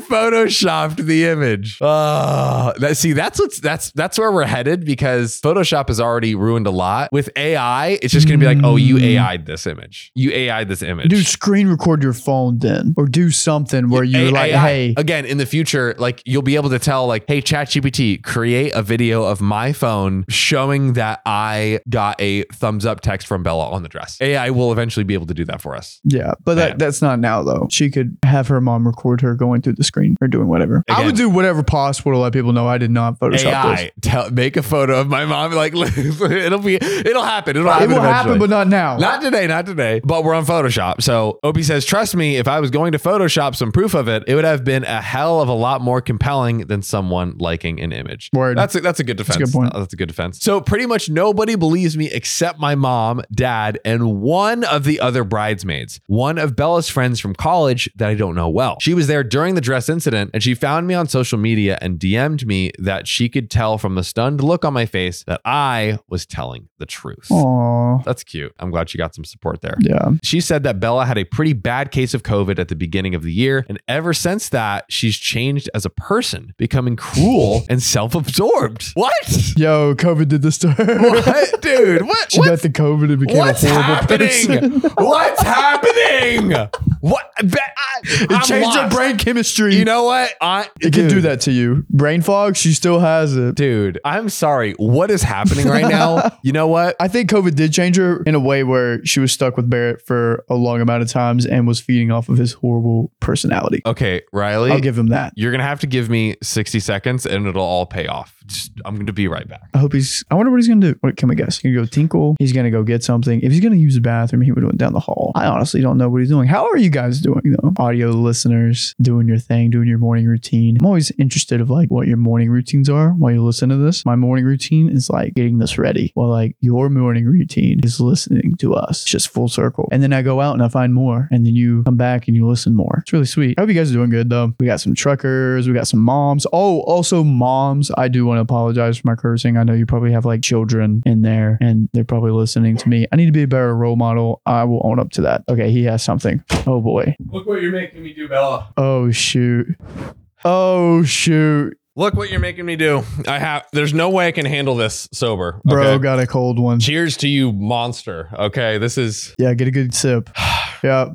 S1: photoshopped the image. Ah, that see, that's what's that's that's where we're headed because Photoshop has already ruined a lot. With AI, it's just gonna be like, oh, you AI'd this image. You AI'd this image.
S2: Do screen record your phone then, or do something where you're
S1: A-
S2: like,
S1: AI.
S2: "Hey,
S1: again in the future like you'll be able to tell like hey ChatGPT create a video of my phone showing that I got a thumbs up text from Bella on the dress AI will eventually be able to do that for us
S2: Yeah, but
S1: Man.
S2: that, that's not now though. She could have her mom record her going through the screen or doing whatever. I
S1: Again.
S2: would do whatever possible to let people know I did not Photoshop this.
S1: AI tell, make a photo of my mom like it'll be it'll happen it'll
S2: It
S1: happen
S2: will
S1: eventually.
S2: happen, but not now.
S1: Not today, not today. But we're on Photoshop. So Opie says, trust me, if I was going to Photoshop some proof of it, it would have been a hell of a lot more compelling than someone liking an image.
S2: Word.
S1: That's a, that's a good defense.
S2: good point.
S1: That's a good defense. So pretty much nobody believes me except my mom, dad, and one of the other bridesmaids, one of Bella's friends from college that I don't know well. She was there during the dress incident and she found me on social media and DM'd me that she could tell from the the stunned look on my face that I was telling the truth.
S2: Aw.
S1: That's cute. I'm glad she got some support there.
S2: Yeah.
S1: She said that Bella had a pretty bad case of COVID at the beginning of the year. And ever since that, she's changed as a person, becoming cruel and self absorbed. What?
S2: Yo, COVID did this to her.
S1: What? Dude, what?
S2: She
S1: what?
S2: got the COVID and became
S1: What's
S2: a horrible person.
S1: happening? What's happening? What? I bet- I,
S2: It changed her brain chemistry.
S1: You know what? I,
S2: it can do that to you. Brain fog, she still has it.
S1: Dude, I'm sorry. What is happening right now? You know what?
S2: I think COVID did change her in a way where she was stuck with Barrett for a long amount of times and was feeding off of his horrible personality.
S1: Okay, Riley.
S2: I'll give him that.
S1: you're gonna have to give me 60 seconds and it'll all pay off. Just, I'm gonna be right back.
S2: I hope he's. I wonder what he's gonna do. What can we guess? He's gonna go tinkle. He's gonna go get something. If he's gonna use the bathroom, he would went down the hall. I honestly don't know what he's doing. How are you guys doing though? Audio listeners, doing your thing, doing your morning routine. I'm always interested of like what your morning routines are while you listen to this. My morning routine is like getting this ready. Well, like your morning routine is listening to us. It's just full circle. And then I go out and I find more. And then you come back and you listen more. It's really sweet. I hope you guys are doing good though. We got some truckers. We got some moms. Oh, also moms. I do want to apologize for my cursing. I know you probably have like children in there and they're probably listening to me. I need to be a better role model. I will own up to that. Okay, he has something. Oh boy.
S1: Look what you're making me do, Bella.
S2: Oh shoot. Oh shoot.
S1: Look what you're making me do. I have there's no way I can handle this sober.
S2: Bro
S1: okay?
S2: got a cold one.
S1: Cheers to you, monster. Okay, this is
S2: Yeah, get a good sip. Yeah.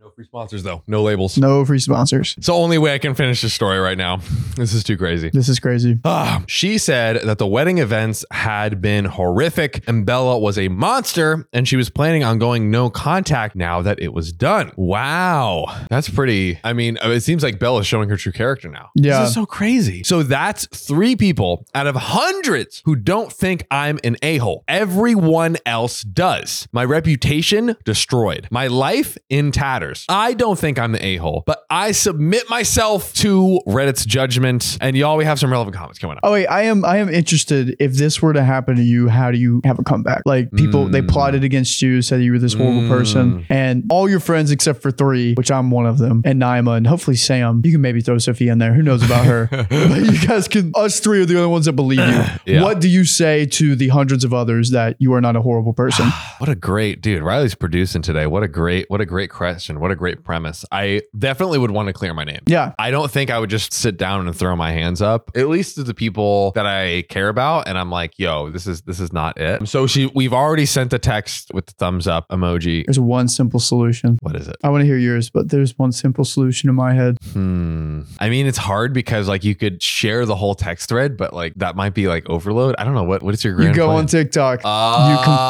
S1: no free sponsors though. No labels.
S2: No free sponsors.
S1: It's the only way I can finish this story right now. This is too crazy.
S2: This is crazy.
S1: Ah, she said that the wedding events had been horrific and Bella was a monster and she was planning on going no contact now that it was done. Wow. That's pretty. I mean, it seems like Bella's showing her true character now.
S2: Yeah.
S1: This is so crazy. So that's three people out of hundreds who don't think I'm an a hole. Everyone else does. My reputation destroyed, my life in tatters. I don't think I'm the a hole, but I submit myself to Reddit's judgment. And y'all, we have some relevant comments coming up.
S2: Oh wait, I am I am interested. If this were to happen to you, how do you have a comeback? Like people, they
S1: Mm.
S2: plotted against you, said you were this horrible
S1: Mm.
S2: person, and all your friends except for three, which I'm one of them, and Naima, and hopefully Sam. You can maybe throw Sophie in there. Who knows about her? but you guys can. Us three are the only ones that believe you.
S1: Yeah.
S2: What do you say to the hundreds of others that you are not a horrible person?
S1: What a great dude. Riley's producing today. What a great, what a great question. What a great premise. I definitely would want to clear my name.
S2: yeah.
S1: I don't think I would just sit down and throw my hands up. At least to the people that I care about, and I'm like, "Yo, this is this is not it." So she, we've already sent the text with the thumbs up emoji.
S2: There's one simple solution.
S1: What is it?
S2: I want to hear yours, but there's one simple solution in my head.
S1: Hmm. I mean, it's hard because like you could share the whole text thread, but like that might be like overload. I don't know what what is your grand
S2: you go
S1: plan?
S2: on TikTok.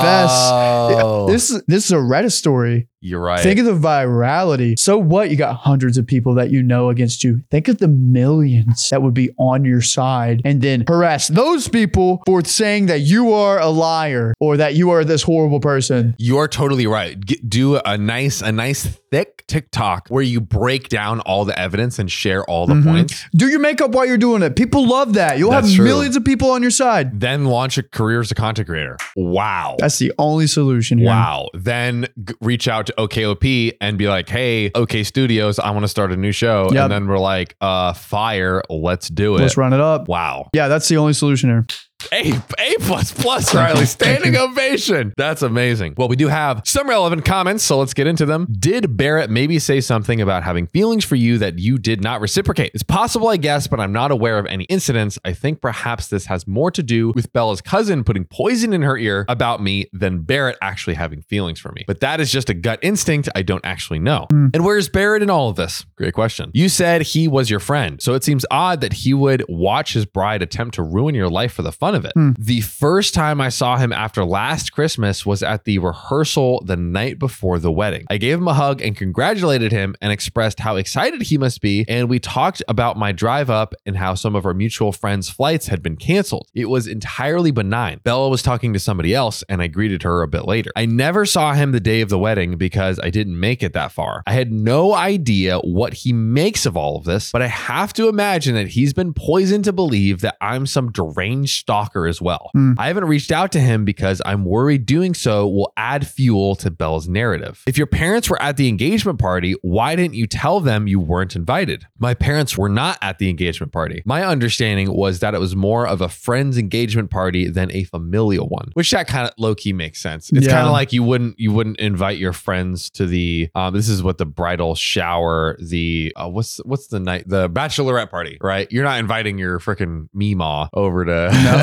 S1: Oh,
S2: you confess. This is this is a Reddit story.
S1: You're right.
S2: Think of the virality. So what? You got hundreds of people that you know against you. Think of the millions that would be on your side and then harass those people for saying that you are a liar or that you are this horrible person.
S1: You are totally right. Get, do a nice, a nice thick TikTok where you break down all the evidence and share all the
S2: Mhm.
S1: points.
S2: Do your makeup while you're doing it. People love that. You'll
S1: That's
S2: have
S1: true.
S2: millions of people on your side.
S1: Then launch a career as a content creator. Wow.
S2: That's the only solution here.
S1: Wow. Then g- reach out to OKOP and be like, hey, OK Studios, I want to start a new show.
S2: Yep.
S1: And then we're like, uh, fire, let's do it.
S2: Let's run it up.
S1: Wow.
S2: Yeah, that's the only solution here.
S1: A, A plus plus, Riley. Standing ovation. That's amazing. Well, we do have some relevant comments, so let's get into them. Did Barrett maybe say something about having feelings for you that you did not reciprocate? It's possible, I guess, but I'm not aware of any incidents. I think perhaps this has more to do with Bella's cousin putting poison in her ear about me than Barrett actually having feelings for me. But that is just a gut instinct. I don't actually know. And where's Barrett in all of this? Great question. You said he was your friend, so it seems odd that he would watch his bride attempt to ruin your life for the fun of it. The first time I saw him after last Christmas was at the rehearsal the night before the wedding. I gave him a hug and congratulated him and expressed how excited he must be. And we talked about my drive up and how some of our mutual friends' flights had been canceled. It was entirely benign. Bella was talking to somebody else, and I greeted her a bit later. I never saw him the day of the wedding because I didn't make it that far. I had no idea what he makes of all of this, but I have to imagine that he's been poisoned to believe that I'm some deranged stalker stalker as well.
S2: Hmm.
S1: I haven't reached out to him because I'm worried doing so will add fuel to Belle's narrative. If your parents were at the engagement party, why didn't you tell them you weren't invited? My parents were not at the engagement party. My understanding was that it was more of a friend's engagement party than a familial one, which that kind of low key makes sense. It's
S2: Yeah.
S1: kind of like you wouldn't you wouldn't invite your friends to the um, this is what the bridal shower the uh, what's what's the night the bachelorette party right? You're not inviting your freaking meemaw over to
S2: No,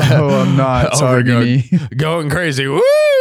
S2: I'm
S1: over
S2: not. Sorry,
S1: to go-
S2: Mimi.
S1: going crazy. Woo!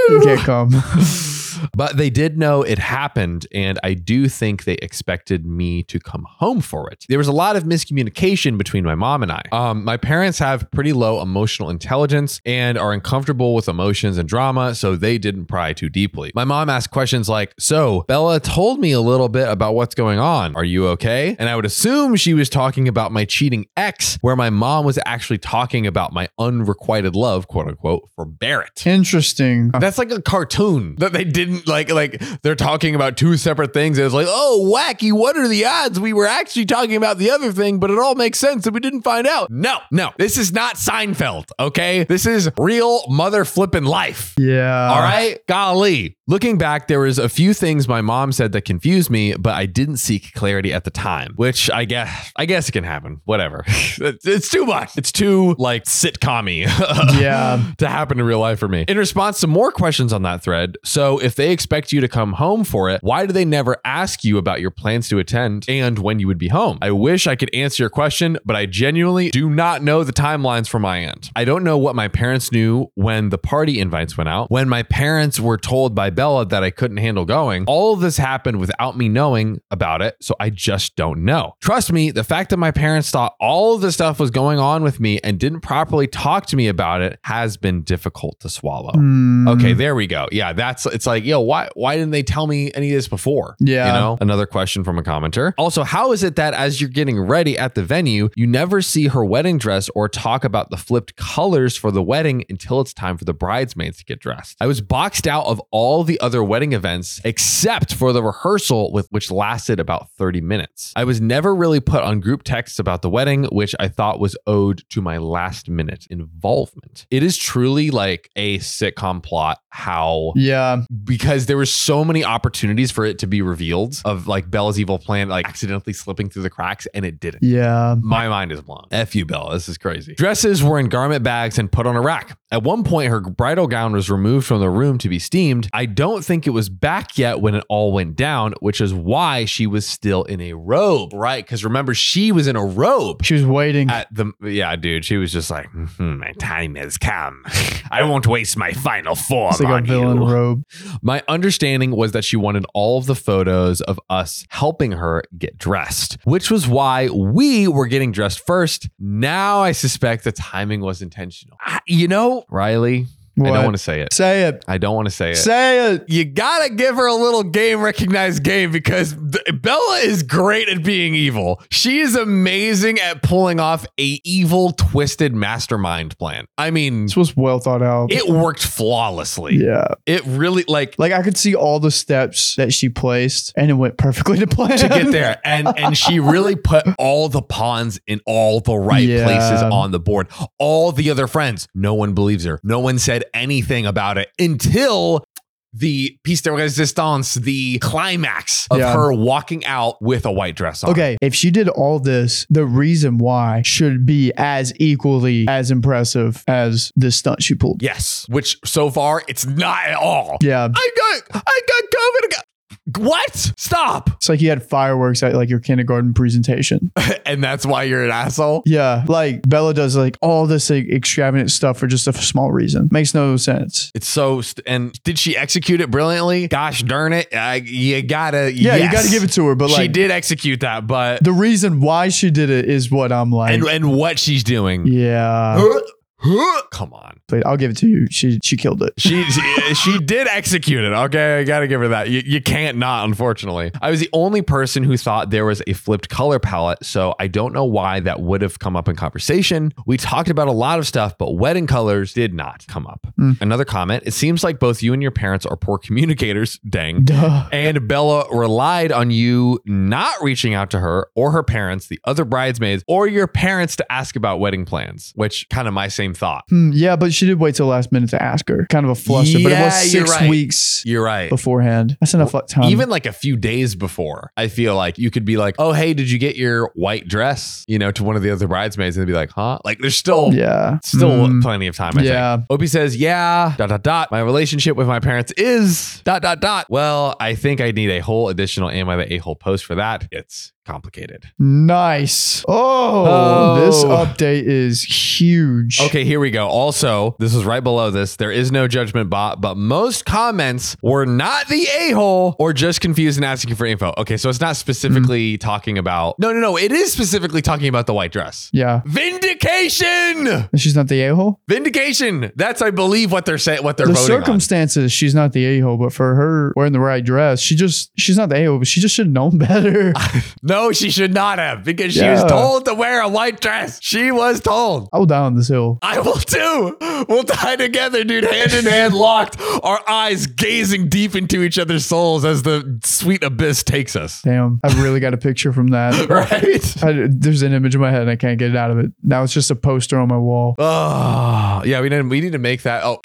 S2: You can't come.
S1: but they did know it happened, and I do think they expected me to come home for it. There was a lot of miscommunication between my mom and I. Um, my parents have pretty low emotional intelligence and are uncomfortable with emotions and drama, so they didn't pry too deeply. My mom asked questions like, So, Bella told me a little bit about what's going on. Are you okay? And I would assume she was talking about my cheating ex, where my mom was actually talking about my unrequited love, quote unquote, for Barrett.
S2: Interesting.
S1: That's like a cartoon that they didn't like. Like they're talking about two separate things. It's like, oh, wacky. What are the odds we were actually talking about the other thing, but it all makes sense that we didn't find out? No, no, this is not Seinfeld. Okay, this is real mother flipping life.
S2: Yeah.
S1: All right, golly. Looking back, there was a few things my mom said that confused me, but I didn't seek clarity at the time. Which I guess, I guess it can happen. Whatever. It's- it's too much. It's too like sitcom-y
S2: Yeah.
S1: to happen in real life for me. In response to more questions on that thread, so if they expect you to come home for it, why do they never ask you about your plans to attend and when you would be home? I wish I could answer your question, but I genuinely do not know the timelines for my end. I don't know what my parents knew when the party invites went out, when my parents were told by Bella that I couldn't handle going. All of this happened without me knowing about it, so I just don't know. Trust me, the fact that my parents thought all of this stuff was going on with me and didn't properly talk to me about it has been difficult to swallow.
S2: Hmm.
S1: Okay, there we go. Yeah, that's it's like, yo, why why didn't they tell me any of this before?
S2: Yeah.
S1: You know, another question from a commenter. Also, how is it that as you're getting ready at the venue, you never see her wedding dress or talk about the flipped colors for the wedding until it's time for the bridesmaids to get dressed? I was boxed out of all the other wedding events except for the rehearsal with which lasted about 30 minutes. I was never really put on group texts about the wedding, which I thought was owed to my last minute involvement. It is truly like a sitcom plot how
S2: Yeah.
S1: because there were so many opportunities for it to be revealed of like Bella's evil plan, like accidentally slipping through the cracks, and it didn't.
S2: Yeah.
S1: My mind is blown. F you, Bella. This is crazy. Dresses were in garment bags and put on a rack. At one point, her bridal gown was removed from the room to be steamed. I don't think it was back yet when it all went down, which is why she was still in a robe, right? Because remember, she was in a robe.
S2: She was waiting.
S1: At the yeah, dude, she was just like, "Mhm, my time has come. I won't waste my final form
S2: It's like
S1: on
S2: a villain
S1: you.
S2: robe.
S1: My understanding was that she wanted all of the photos of us helping her get dressed, which was why we were getting dressed first. Now I suspect the timing was intentional. Ah, you know, Riley, I don't
S2: What?
S1: want to say it.
S2: Say it.
S1: I don't want to say it.
S2: Say it.
S1: you gotta give her a little game recognized game because th- Bella is great at being evil. She is amazing at pulling off a evil, twisted mastermind plan. I mean,
S2: This was well thought out.
S1: it worked flawlessly.
S2: yeah.
S1: It really like
S2: Like I could see all the steps that she placed and it went perfectly to plan.
S1: to get there and and she really put all the pawns in all the right
S2: Yeah.
S1: places on the board all the other friends no one believes her no one said anything about it until the piece de resistance the climax of
S2: Yeah.
S1: her walking out with a white dress on
S2: Okay, if she did all this, the reason why should be as equally as impressive as the stunt she pulled.
S1: yes which so far it's not at all
S2: Yeah.
S1: i got i got covid I got- what stop
S2: It's like you had fireworks at like your kindergarten presentation.
S1: and that's why you're an asshole
S2: yeah. Like Bella does like all this like, extravagant stuff for just a small reason. Makes no sense.
S1: It's so, st- and did she execute it brilliantly? Gosh darn it! I, you gotta,
S2: Yeah,
S1: yes.
S2: you got to give it to her, but
S1: she
S2: like
S1: did execute that, but
S2: the reason why she did it is what I'm like.
S1: and and what she's doing?
S2: yeah.
S1: Huh? Huh? Come on,
S2: But I'll give it to you. She she killed it.
S1: she, she she did execute it. Okay, I gotta give her that. You, you can't not, unfortunately. I was the only person who thought there was a flipped color palette, so I don't know why that would have come up in conversation. We talked about a lot of stuff, but wedding colors did not come up. Another comment: It seems like both you and your parents are poor communicators. Dang.
S2: Duh.
S1: And Bella relied on you not reaching out to her or her parents, the other bridesmaids, or your parents to ask about wedding plans, which kind of my same same thought.
S2: Hmm, yeah, but she did wait till last minute to ask her. Kind of a fluster, but it was
S1: Yeah, you're
S2: 6
S1: right.
S2: weeks
S1: You're right.
S2: beforehand. That's enough time.
S1: Even like a few days before, I feel like you could be like, "Oh, hey, did you get your white dress?" You know, to one of the other bridesmaids, and they'd be like, "Huh?" Like, there's still
S2: yeah,
S1: still
S2: Mm,
S1: plenty of time. I think.
S2: yeah.
S1: Opie says, yeah, dot, dot, dot. My relationship with my parents is dot, dot, dot. Well, I think I need a whole additional Am I the A hole post for that. It's complicated.
S2: Nice. Oh,
S1: Oh.
S2: this update is huge.
S1: Okay, here we go. Also, this is right below this. There is no judgment bot, but most comments were not the a hole or just confused and asking for info. Okay, so it's not specifically
S2: Hmm.
S1: talking about. No, no, no. It is specifically talking about the white dress.
S2: Yeah.
S1: Vindication!
S2: And she's not the a hole.
S1: Vindication! That's, I believe, what they're saying, what they're
S2: The
S1: voting on.
S2: circumstances, she's not the a hole, but for her wearing the right dress, she just she's not the a hole, but she just should have known better.
S1: No, she should not have because she
S2: Yeah.
S1: was told to wear a white dress. She was told.
S2: I will die on this hill.
S1: I will too. We'll die together, dude, hand in hand, locked, our eyes gazing deep into each other's souls as the sweet abyss takes us.
S2: Damn, I really got a picture from that.
S1: Right?
S2: I, there's an image in my head and I can't get it out of it. Now it's just a poster on my wall.
S1: Oh, yeah, we need, we need to make that. Oh,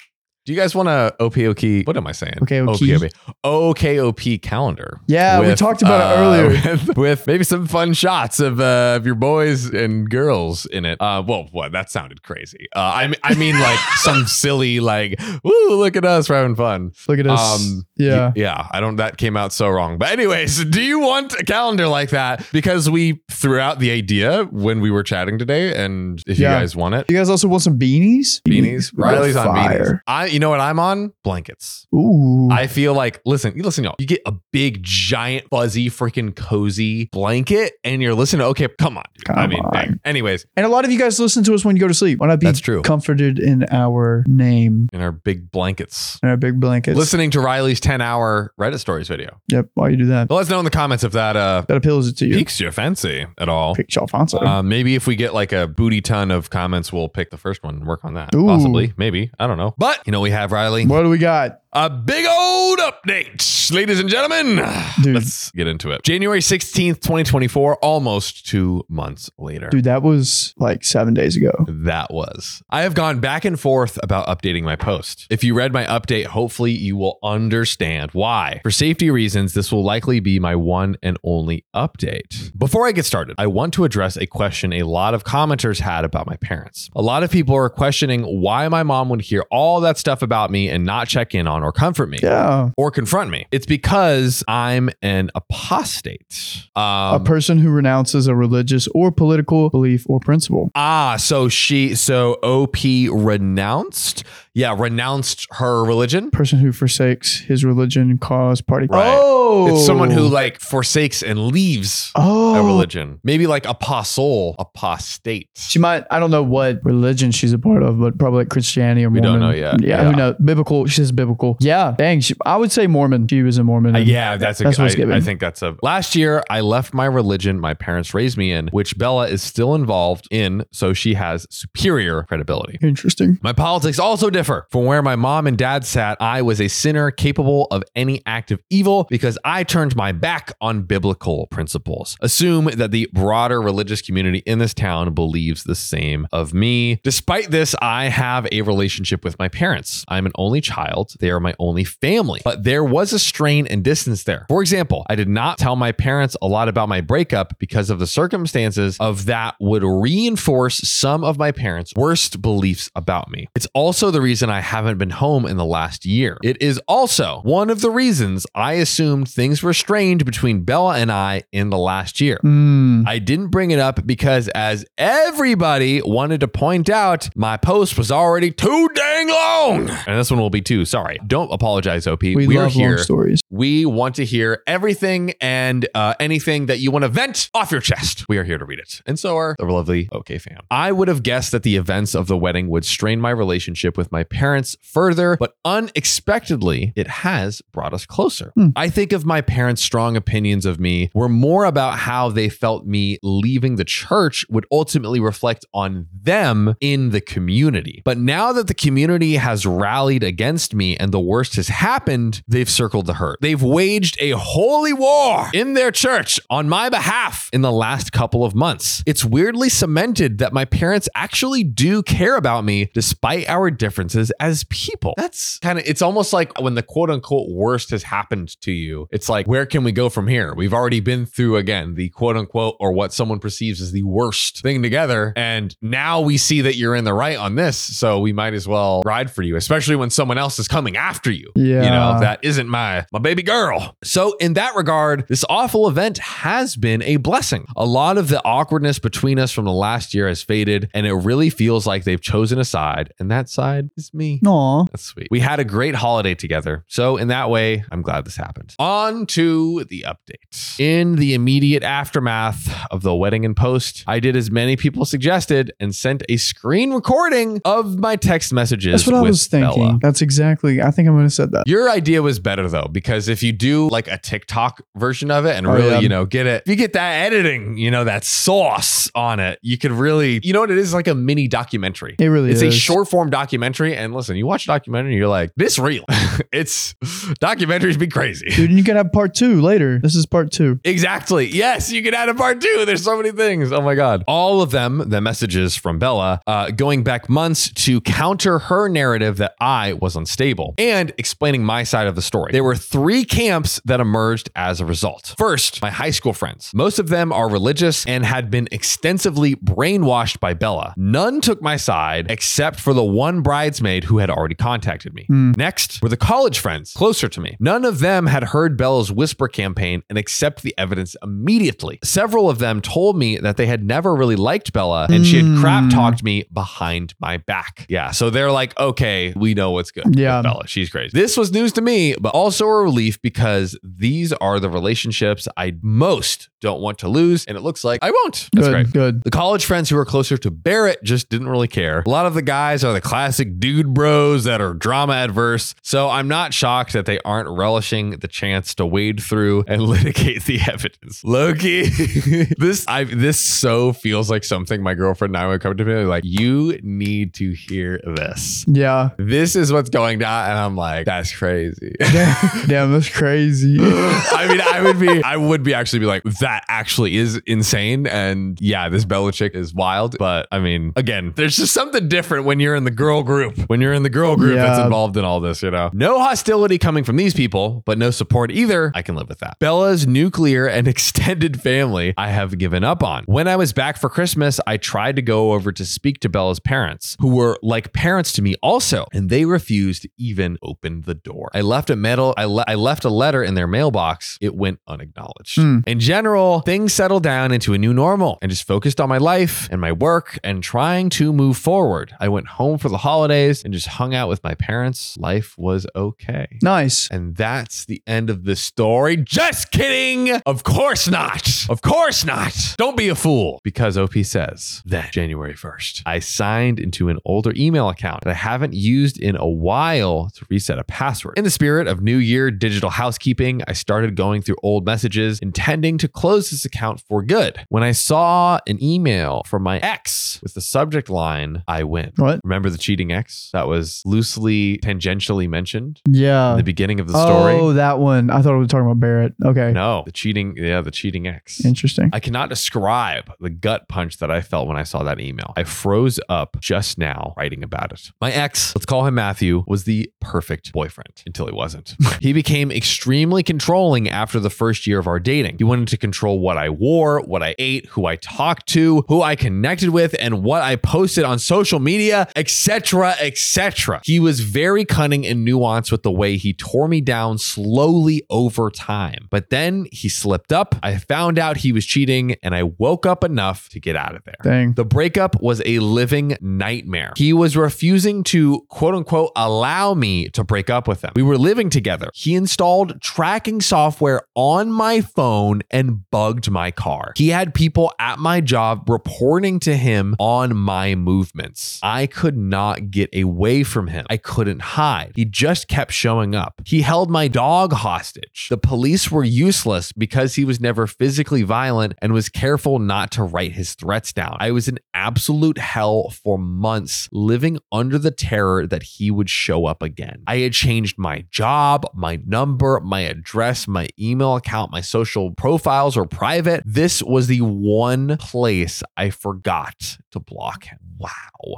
S1: do you guys want to OPOK? What am I saying?
S2: OKOK.
S1: OKOP OKOP calendar. uh,
S2: Yeah, we talked about it earlier.
S1: With, with maybe some fun shots of, uh, of your boys and girls in it. Uh, well, what? That sounded crazy. Uh, I, mean- I mean, like some silly, like, ooh, look at us, we're having fun.
S2: Look at us.
S1: Um,
S2: yeah.
S1: Y- Yeah. I don't, that came out so wrong. But, anyways, do you want a calendar like that? Because we threw out the idea when we were chatting today. And if
S2: Yeah.
S1: you guys want it,
S2: you guys also want some beanies?
S1: beanies.
S2: We got
S1: Riley's on beanies.
S2: fire.
S1: I, you know what I'm on? Blankets.
S2: Ooh.
S1: I feel like, listen, you listen, y'all, you get a big, giant, fuzzy, freaking cozy blanket and you're listening to, okay, come on. dude. I
S2: Come
S1: mean,
S2: on.
S1: dang. anyways,
S2: and a lot of you guys listen to us when you go to sleep. Why not be
S1: That's true.
S2: comforted in our name
S1: in our big blankets.
S2: and our big blankets?
S1: Listening to Riley's 10 hour Reddit stories video.
S2: Yep. While you do that,
S1: But let us know in the comments if that uh,
S2: that appeals to you.
S1: piques your fancy at all.
S2: Pick Alfonso.
S1: Uh, maybe if we get like a booty ton of comments, we'll pick the first one and work on that.
S2: Ooh.
S1: Possibly, maybe. I don't know. But you know, we have Riley.
S2: what do we got?
S1: A big old update, ladies and gentlemen.
S2: Dude.
S1: Let's get into it. January 16th, 2024, almost two months later.
S2: Dude, that was like seven days ago.
S1: That was. I have gone back and forth about updating my post. If you read my update, hopefully you will understand why. For safety reasons, this will likely be my one and only update. Before I get started, I want to address a question a lot of commenters had about my parents. A lot of people are questioning why my mom would hear all that stuff about me and not check in on or comfort me.
S2: Yeah.
S1: Or confront me. It's because I'm an apostate. Um,
S2: a person who renounces a religious or political belief or principle.
S1: Ah, so she, so OP renounced, yeah, renounced her religion.
S2: Person who forsakes his religion, cause, party.
S1: Right.
S2: Oh.
S1: It's someone who like forsakes and leaves
S2: oh.
S1: a religion, maybe like apostle, apostate.
S2: She might, I don't know what religion she's a part of, but probably like Christianity or
S1: We don't
S2: Mormon.
S1: know yet.
S2: Yeah,
S1: Yeah.
S2: who knows? Biblical. She says biblical. Yeah. Dang. She, I would say Mormon. She was a Mormon.
S1: Uh, yeah, that's, a,
S2: That's what's
S1: I,
S2: given.
S1: I think that's a. Last year, I left my religion my parents raised me in, which Bella is still involved in, so she has superior credibility.
S2: Interesting.
S1: My politics also differ. From where my mom and dad sat, I was a sinner capable of any act of evil because I turned my back on biblical principles. Assume that the broader religious community in this town believes the same of me. Despite this, I have a relationship with my parents. I'm an only child, they are my only family. But there was a strain and distance there. For example, I did not tell my parents a lot about my breakup because of the circumstances of that would reinforce some of my parents' worst beliefs about me. It's also the reason I haven't been home in the last year. It is also one of the reasons I assumed things were strained between Bella and I in the last year.
S2: Mm.
S1: I didn't bring it up because, as everybody wanted to point out, my post was already too dang long. And this one will be too. Sorry. Don't apologize, OP.
S2: We,
S1: We are
S2: love long
S1: here.
S2: stories.
S1: We want to hear everything and uh, anything that you want to vent off your chest. We are here to read it. And so are the lovely OK fam. I would have guessed that the events of the wedding would strain my relationship with my parents further, but unexpectedly, it has brought us closer.
S2: Hmm.
S1: I think of my parents' strong opinions of me were more about how they felt me leaving the church would ultimately reflect on them in the community. But now that the community has rallied against me and the worst has happened, they've circled the hurt. They've waged a holy war in their church on my behalf in the last couple of months. It's weirdly cemented that my parents actually do care about me despite our differences as people. That's kind of, it's almost like when the quote unquote worst has happened to you, it's like, where can we go from here? We've already been through again the quote unquote or what someone perceives as the worst thing together. And now we see that you're in the right on this. So we might as well ride for you, especially when someone else is coming after you. You know,
S2: Yeah.
S1: that isn't my my baby girl. So in that regard, this awful event has been a blessing. A lot of the awkwardness between us from the last year has faded, and it really feels like they've chosen a side, and that side is me.
S2: No.
S1: That's sweet. We had a great holiday together. So, in that way, I'm glad this happened. On to the update. In the immediate aftermath of the wedding and post, I did as many people suggested and sent a screen recording of my text messages.
S2: That's what I
S1: with
S2: was thinking.
S1: Bella.
S2: That's exactly. I think I would have said that.
S1: Your idea was better though, because if you do like a TikTok version of it and
S2: Oh,
S1: really,
S2: yeah.
S1: you know, get it, if you get that editing, you know, that sauce on it, you could really, you know what it is? Like a mini documentary.
S2: It really
S1: It's
S2: is.
S1: a short form documentary. And listen, you watch a documentary, you're like, this real. it's documentaries be crazy.
S2: Dude, and you could have part two later. This is part two.
S1: Exactly. Yes, you can add a part two. There's so many things. Oh my God. All of them, the messages from Bella, uh, going back months to counter her narrative that I was unstable and explaining my side of the story. There were three camps that emerged as a result. First, my high school friends. Most of them are religious and had been extensively brainwashed by Bella. None took my side except for the one bridesmaid who had already contacted me. Next were the college friends closer to me. None of them had heard Bella's whisper campaign and accept the evidence immediately. Several of them told me that they had never really liked Bella and she had
S2: Mm.
S1: crap talked me behind my back. Yeah, so they're like, okay, we know what's good. with
S2: Yeah.
S1: Bella, Oh, she's crazy. This was news to me, but also a relief because these are the relationships I most don't want to lose, and it looks like I won't. That's
S2: good.
S1: great.
S2: Good.
S1: The college friends who were closer to Barrett just didn't really care. A lot of the guys are the classic dude bros that are drama adverse, so I'm not shocked that they aren't relishing the chance to wade through and litigate the evidence. Loki, this I this so feels like something my girlfriend and I would come to me and be like, you need to hear this.
S2: Yeah.
S1: This is what's going down, and I'm like, that's crazy.
S2: Damn, damn, that's crazy.
S1: I mean, I would be, I would be actually be like, that actually is insane. And yeah, this Belichick is wild. But I mean, again, there's just something different when you're in the girl group, when you're in the girl group that's
S2: Yeah.
S1: involved in all this, you know? No hostility coming from these people, but no support either. I can live with that. Bella's nuclear and extended family, I have given up on. When I was back for Christmas, I tried to go over to speak to Bella's parents, who were like parents to me also, and they refused to even open the door. I left a metal, I, le- I left a letter in their mailbox. It went unacknowledged.
S2: Hmm.
S1: In general, things settled down into a new normal and just focused on my life and my work and trying to move forward. I went home for the holidays and just hung out with my parents. Life was okay.
S2: Nice.
S1: And that's the end of the story. Just kidding. Of course not. Of course not. Don't be a fool. Because OP says that January 1st, I signed into an older email account that I haven't used in a while to reset a password. In the spirit of New Year digital housekeeping, I started going through old messages, intending to close this account for good. When I saw an email from my ex with the subject line, I win.
S2: What?
S1: Remember the cheating ex? That was loosely, tangentially mentioned
S2: Yeah.
S1: the beginning of the story.
S2: Um, Oh, that one. I thought we were talking about Barrett. Okay.
S1: No, the cheating, yeah, the cheating ex.
S2: Interesting.
S1: I cannot describe the gut punch that I felt when I saw that email. I froze up just now writing about it. My ex, let's call him Matthew, was the perfect boyfriend until he wasn't. he became extremely controlling after the first year of our dating. He wanted to control what I wore, what I ate, who I talked to, who I connected with, and what I posted on social media, etc., etc. He was very cunning and nuanced with the way he tore me down slowly over time. But then he slipped up. I found out he was cheating, and I woke up enough to get out of there.
S2: Dang.
S1: The breakup was a living nightmare. He was refusing to, quote unquote, allow me to break up with him. We were living together. He installed tracking software on my phone and bugged my car. He had people at my job reporting to him on my movements. I could not get away from him. I couldn't hide. He just kept showing up. He held my dog hostage. The police were useless because he was never physically violent and was careful not to write his threats down. I was in absolute hell for months, living under the terror that he would show up again. I had changed my job, my number, my address, my email account, my social profiles are private. This was the one place I forgot to block him. Wow.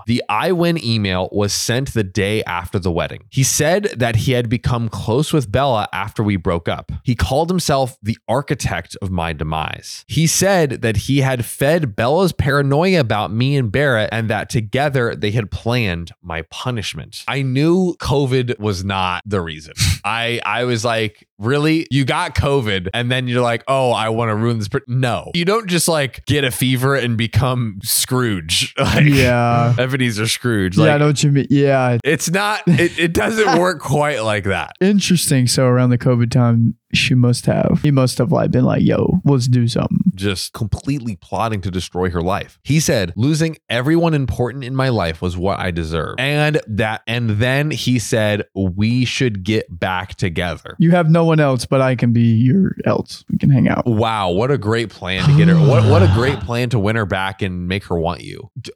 S1: The I win email was sent the day after the wedding. He said that he had become close with Bella after we broke up. He called himself the architect of my demise. He said that he had fed Bella's paranoia about me and Barrett and that together they had planned my punishment. I knew COVID was not the reason. I I was like, really? You got COVID and then you're like, oh, I want to ruin this. Per-. No, you don't just like get a fever and become Scrooge. Like,
S2: Yeah.
S1: Ebenezer Scrooge.
S2: yeah, I
S1: Like,
S2: know what you mean. Yeah.
S1: it's not, it, it doesn't work quite like that.
S2: Interesting. So around the COVID time, she must have, he must have like been like, yo, let's do something.
S1: just completely plotting to destroy her life. He said, "Losing everyone important in my life was what I deserved." And that and then he said, "We should get back together."
S2: You have no one else, but I can be your else. We can hang out.
S1: Wow, what a great plan to get her. What what a great plan to win her back and make her want you. D-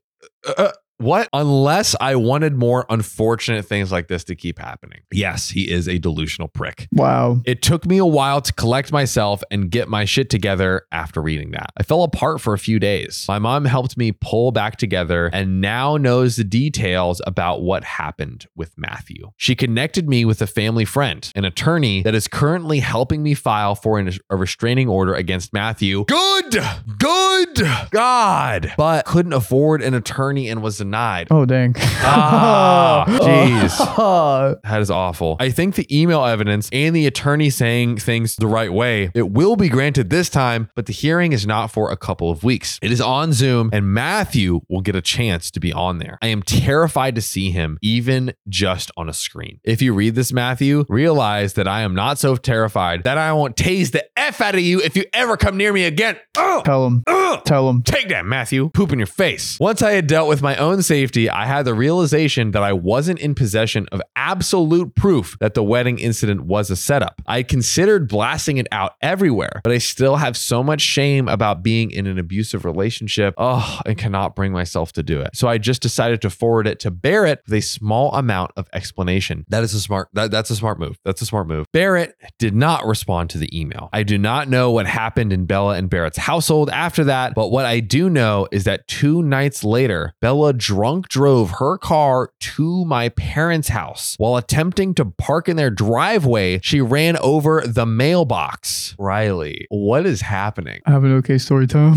S1: uh, uh, what? Unless I wanted more unfortunate things like this to keep happening. Yes, he is a delusional prick.
S2: Wow.
S1: It took me a while to collect myself and get my shit together after reading that. I fell apart for a few days. My mom helped me pull back together and now knows the details about what happened with Matthew. She connected me with a family friend, an attorney that is currently helping me file for an, a restraining order against Matthew. Good, good God, but couldn't afford an attorney and was denied.
S2: Oh, dang.
S1: Ah, jeez.
S2: Ah.
S1: That is awful. I think the email evidence and the attorney saying things the right way, it will be granted this time, but the hearing is not for a couple of weeks. It is on Zoom, and Matthew will get a chance to be on there. I am terrified to see him, even just on a screen. If you read this, Matthew, realize that I am not so terrified that I won't tase the F out of you if you ever come near me again. Oh! Ugh,
S2: Tell him.
S1: ugh.
S2: Tell him.
S1: Take that, Matthew. Poop in your face. Once I had dealt with my own safety, I had the realization that I wasn't in possession of absolute proof that the wedding incident was a setup. I considered blasting it out everywhere, but I still have so much shame about being in an abusive relationship. Oh, and cannot bring myself to do it. So I just decided to forward it to Barrett with a small amount of explanation. That is a smart that, that's a smart move. That's a smart move. Barrett did not respond to the email. I do not know what happened in Bella and Barrett's household after that, but what I do know is that two nights later, Bella drunk drove her car to my parents' house. While attempting to park in their driveway, she ran over the mailbox. Riley, what is happening?
S2: I have an okay story time.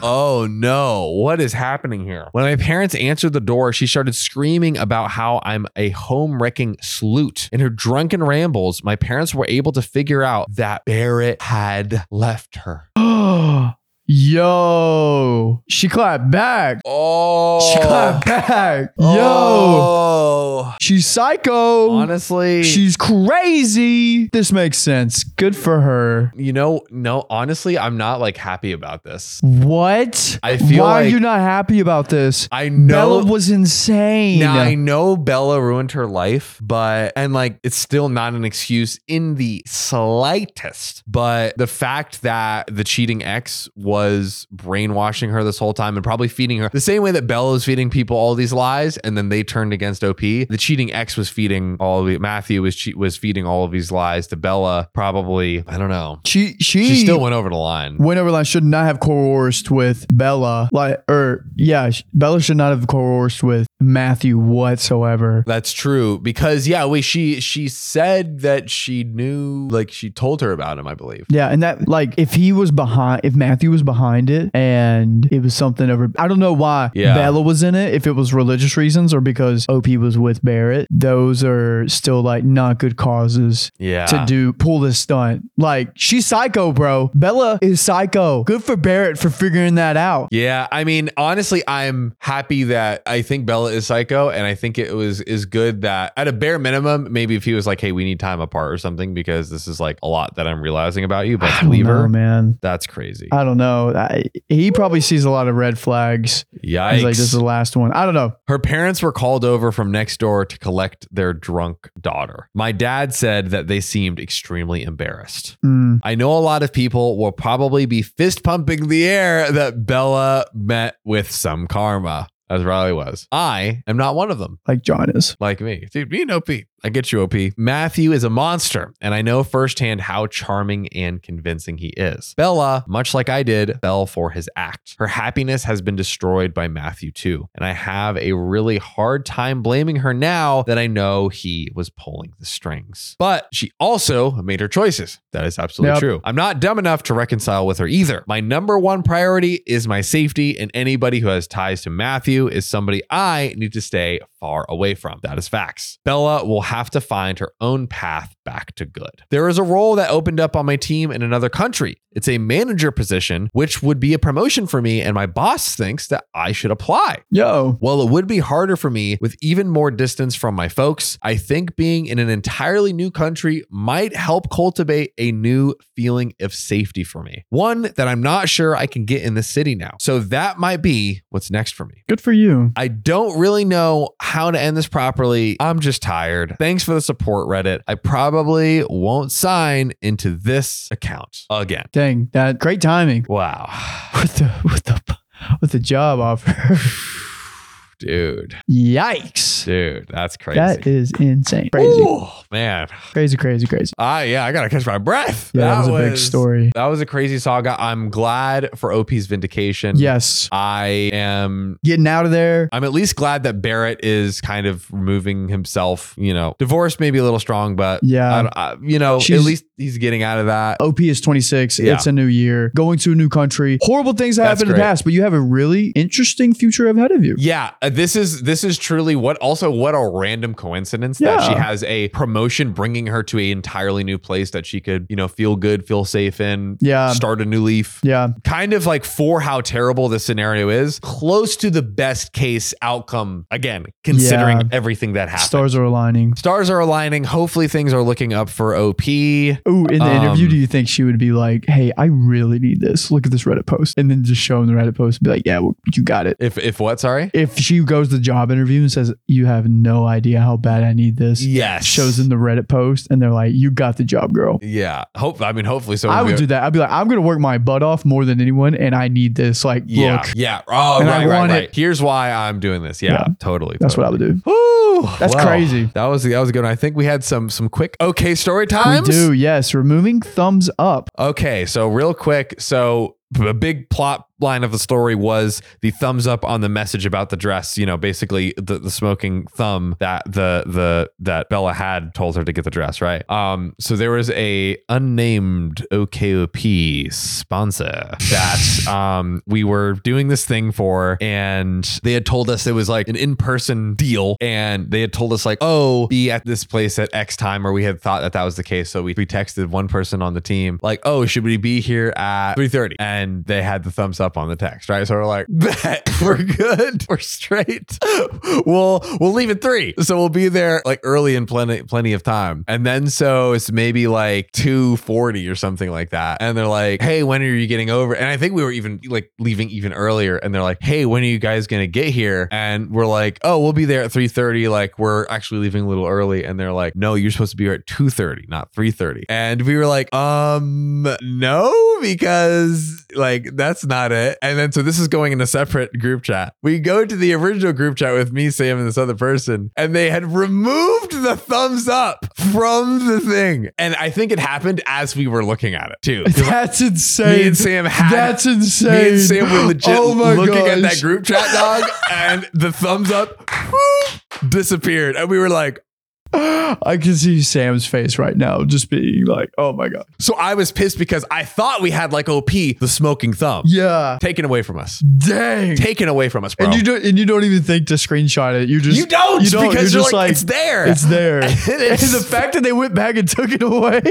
S1: Oh no, what is happening here? When my parents answered the door, she started screaming about how I'm a home wrecking sleut. In her drunken rambles, my parents were able to figure out that Barrett had left her.
S2: Yo. She clapped back.
S1: Oh,
S2: She clapped back. Yo.
S1: yo.
S2: She's psycho.
S1: Oh. Honestly,
S2: She's crazy. This makes sense. Good for her.
S1: you know, no, honestly, I'm not like happy about this.
S2: What?
S1: I feel
S2: Why
S1: like-
S2: are you not happy about this?
S1: I know
S2: Bella was insane.
S1: Now I know Bella ruined her life, but and like it's still not an excuse in the slightest. But the fact that the cheating ex was brainwashing her this whole time and probably feeding her the same way that Bella was feeding people all these lies, and then they turned against OP. The cheating ex was feeding all of it. Matthew was che- was feeding all of these lies to Bella. Probably I don't know.
S2: she she,
S1: She still went over the line.
S2: went over line should not have coerced with Bella. Like or yeah, sh- Bella should not have coerced with Matthew whatsoever.
S1: That's true because yeah, wait, she she said that she knew, like she told her about him, I believe.
S2: Yeah, and that like if he was behind, if Matthew was behind it, and it was something over. I don't know why
S1: Yeah.
S2: Bella was in it. If it was religious reasons or because Op was with Barrett, those are still like not good causes
S1: Yeah.
S2: to do pull this stunt. Like she's psycho, bro. Bella is psycho. Good for Barrett for figuring that out.
S1: Yeah, I mean, honestly, I'm happy that I think Bella is psycho, and I think it was is good that at a bare minimum, maybe if he was like, "Hey, we need time apart" or something, because this is like a lot that I'm realizing about you. But
S2: I don't
S1: leave
S2: know,
S1: her.
S2: man.
S1: That's crazy.
S2: I don't know. I, he probably sees a lot of red flags.
S1: Yikes!
S2: He's like, this is the last one. I don't know.
S1: Her parents were called over from next door to collect their drunk daughter. My dad said that they seemed extremely embarrassed.
S2: Mm.
S1: I know a lot of people will probably be fist pumping the air that Bella met with some karma, as Riley was. I am not one of them.
S2: Like John is.
S1: like me. Dude, me and OP, I get you, OP. Matthew is a monster, and I know firsthand how charming and convincing he is. Bella, much like I did, fell for his act. Her happiness has been destroyed by Matthew, too, and I have a really hard time blaming her now that I know he was pulling the strings. But she also made her choices. That is absolutely
S2: Yep.
S1: true. I'm not dumb enough to reconcile with her either. My number one priority is my safety, and anybody who has ties to Matthew is somebody I need to stay far away from. That is facts. Bella will have to find her own path back to good. There is a role that opened up on my team in another country. It's a manager position, which would be a promotion for me, and my boss thinks that I should apply.
S2: Yo.
S1: While it would be harder for me with even more distance from my folks, I think being in an entirely new country might help cultivate a new feeling of safety for me. One that I'm not sure I can get in the city now. So that might be what's next for me.
S2: Good for you.
S1: I don't really know how to end this properly. I'm just tired. Thanks for the support, Reddit. I probably won't sign into this account again.
S2: Dang, that great timing.
S1: Wow.
S2: With the with the with the job offer.
S1: Dude,
S2: Yikes.
S1: dude, that's crazy.
S2: That is insane. Crazy.
S1: Ooh, man.
S2: Crazy, crazy, crazy.
S1: Ah, yeah, I gotta catch my breath.
S2: Yeah, that, was, a big story.
S1: That was a crazy saga. I'm glad for OP's vindication.
S2: Yes.
S1: I am.
S2: Getting out of there.
S1: I'm at least glad that Barrett is kind of removing himself. You know, divorce may be a little strong, but I
S2: Yeah.
S1: don't, I, you know, at
S2: She's- Oh.
S1: least he's getting out of that.
S2: OP is 26.
S1: Yeah.
S2: It's a new year. Going to a new country. Horrible things that
S1: That's
S2: happened in the
S1: great.
S2: past, but you have a really interesting future ahead of you.
S1: Yeah, uh, this is this is truly what also what a random coincidence that
S2: Yeah.
S1: she has a promotion bringing her to a entirely new place that she could, you know, feel good, feel safe in,
S2: Yeah.
S1: start a new leaf.
S2: Yeah.
S1: kind of like for how terrible this scenario is, close to the best case outcome again, considering
S2: Yeah.
S1: everything that happened.
S2: Stars are aligning.
S1: Stars are aligning. Hopefully, things are looking up for OP.
S2: Ooh, in the interview,
S1: Um,
S2: do you think she would be like, hey, I really need this. Look at this Reddit post. And then just show him the Reddit post and be like, yeah, well, you got it.
S1: If if what? Sorry.
S2: If she goes to the job interview and says, you have no idea how bad I need this,
S1: Yes.
S2: shows them the Reddit post and they're like, you got the job, girl.
S1: Yeah. Hope. I mean, hopefully, so.
S2: I would
S1: We-
S2: do that. I'd be like, I'm going to work my butt off more than anyone and I need this. Like,
S1: Yeah.
S2: look,
S1: Yeah. Oh,
S2: And I
S1: right, right,
S2: want
S1: right.
S2: it.
S1: Here's why I'm doing this. Yeah.
S2: Yeah.
S1: Totally.
S2: that's what I would do.
S1: Woo,
S2: That's crazy.
S1: That was that was a good. One. I think we had some some quick okay story times.
S2: We do, yes. Removing thumbs up.
S1: Okay, so real quick, so a big plot line of the story was the thumbs up on the message about the dress. You know, basically the, the smoking thumb that the the that Bella had told her to get the dress right. Um, so there was a unnamed OKOP sponsor that um we were doing this thing for, and they had told us it was like an in person deal, and they had told us like, oh, be at this place at X time, or we had thought that that was the case, so we we texted one person on the team like, oh, should we be here at three thirty? And they had the thumbs up on the text, right? So we're like, bet we're good, we're straight. we'll we'll leave at three, so we'll be there like early and plenty plenty of time. And then so it's maybe like two forty or something like that, and they're like, hey, when are you getting over? And I think we were even like leaving even earlier, and they're like, hey, when are you guys gonna get here? And we're like, oh, we'll be there at three thirty. Like we're actually leaving a little early, and they're like, no, you're supposed to be here at two thirty, not three thirty. And we were like, um, no, because like that's not it. And then so this is going in a separate group chat. We go to the original group chat with me, Sam, and this other person, and they had removed the thumbs up from the thing. And I think it happened as we were looking at it too.
S2: That's insane.
S1: Me and Sam had
S2: That's insane.
S1: me and Sam were legit
S2: Oh my
S1: looking at that
S2: gosh.
S1: group chat dog, and the thumbs up whoop, disappeared, and we were like,
S2: I can see Sam's face right now, just being like, "Oh my god,
S1: "So I was pissed because I thought we had like OP the smoking thumb
S2: yeah,
S1: taken away from us,
S2: dang."
S1: taken away from us, bro."
S2: and you don't, and you don't even think to screenshot it. You just
S1: You don't,
S2: you don't,
S1: because
S2: you're
S1: you're,
S2: just
S1: like,
S2: like,
S1: it's there.
S2: it's there.
S1: It
S2: and
S1: is.
S2: the fact that they went back and took it away.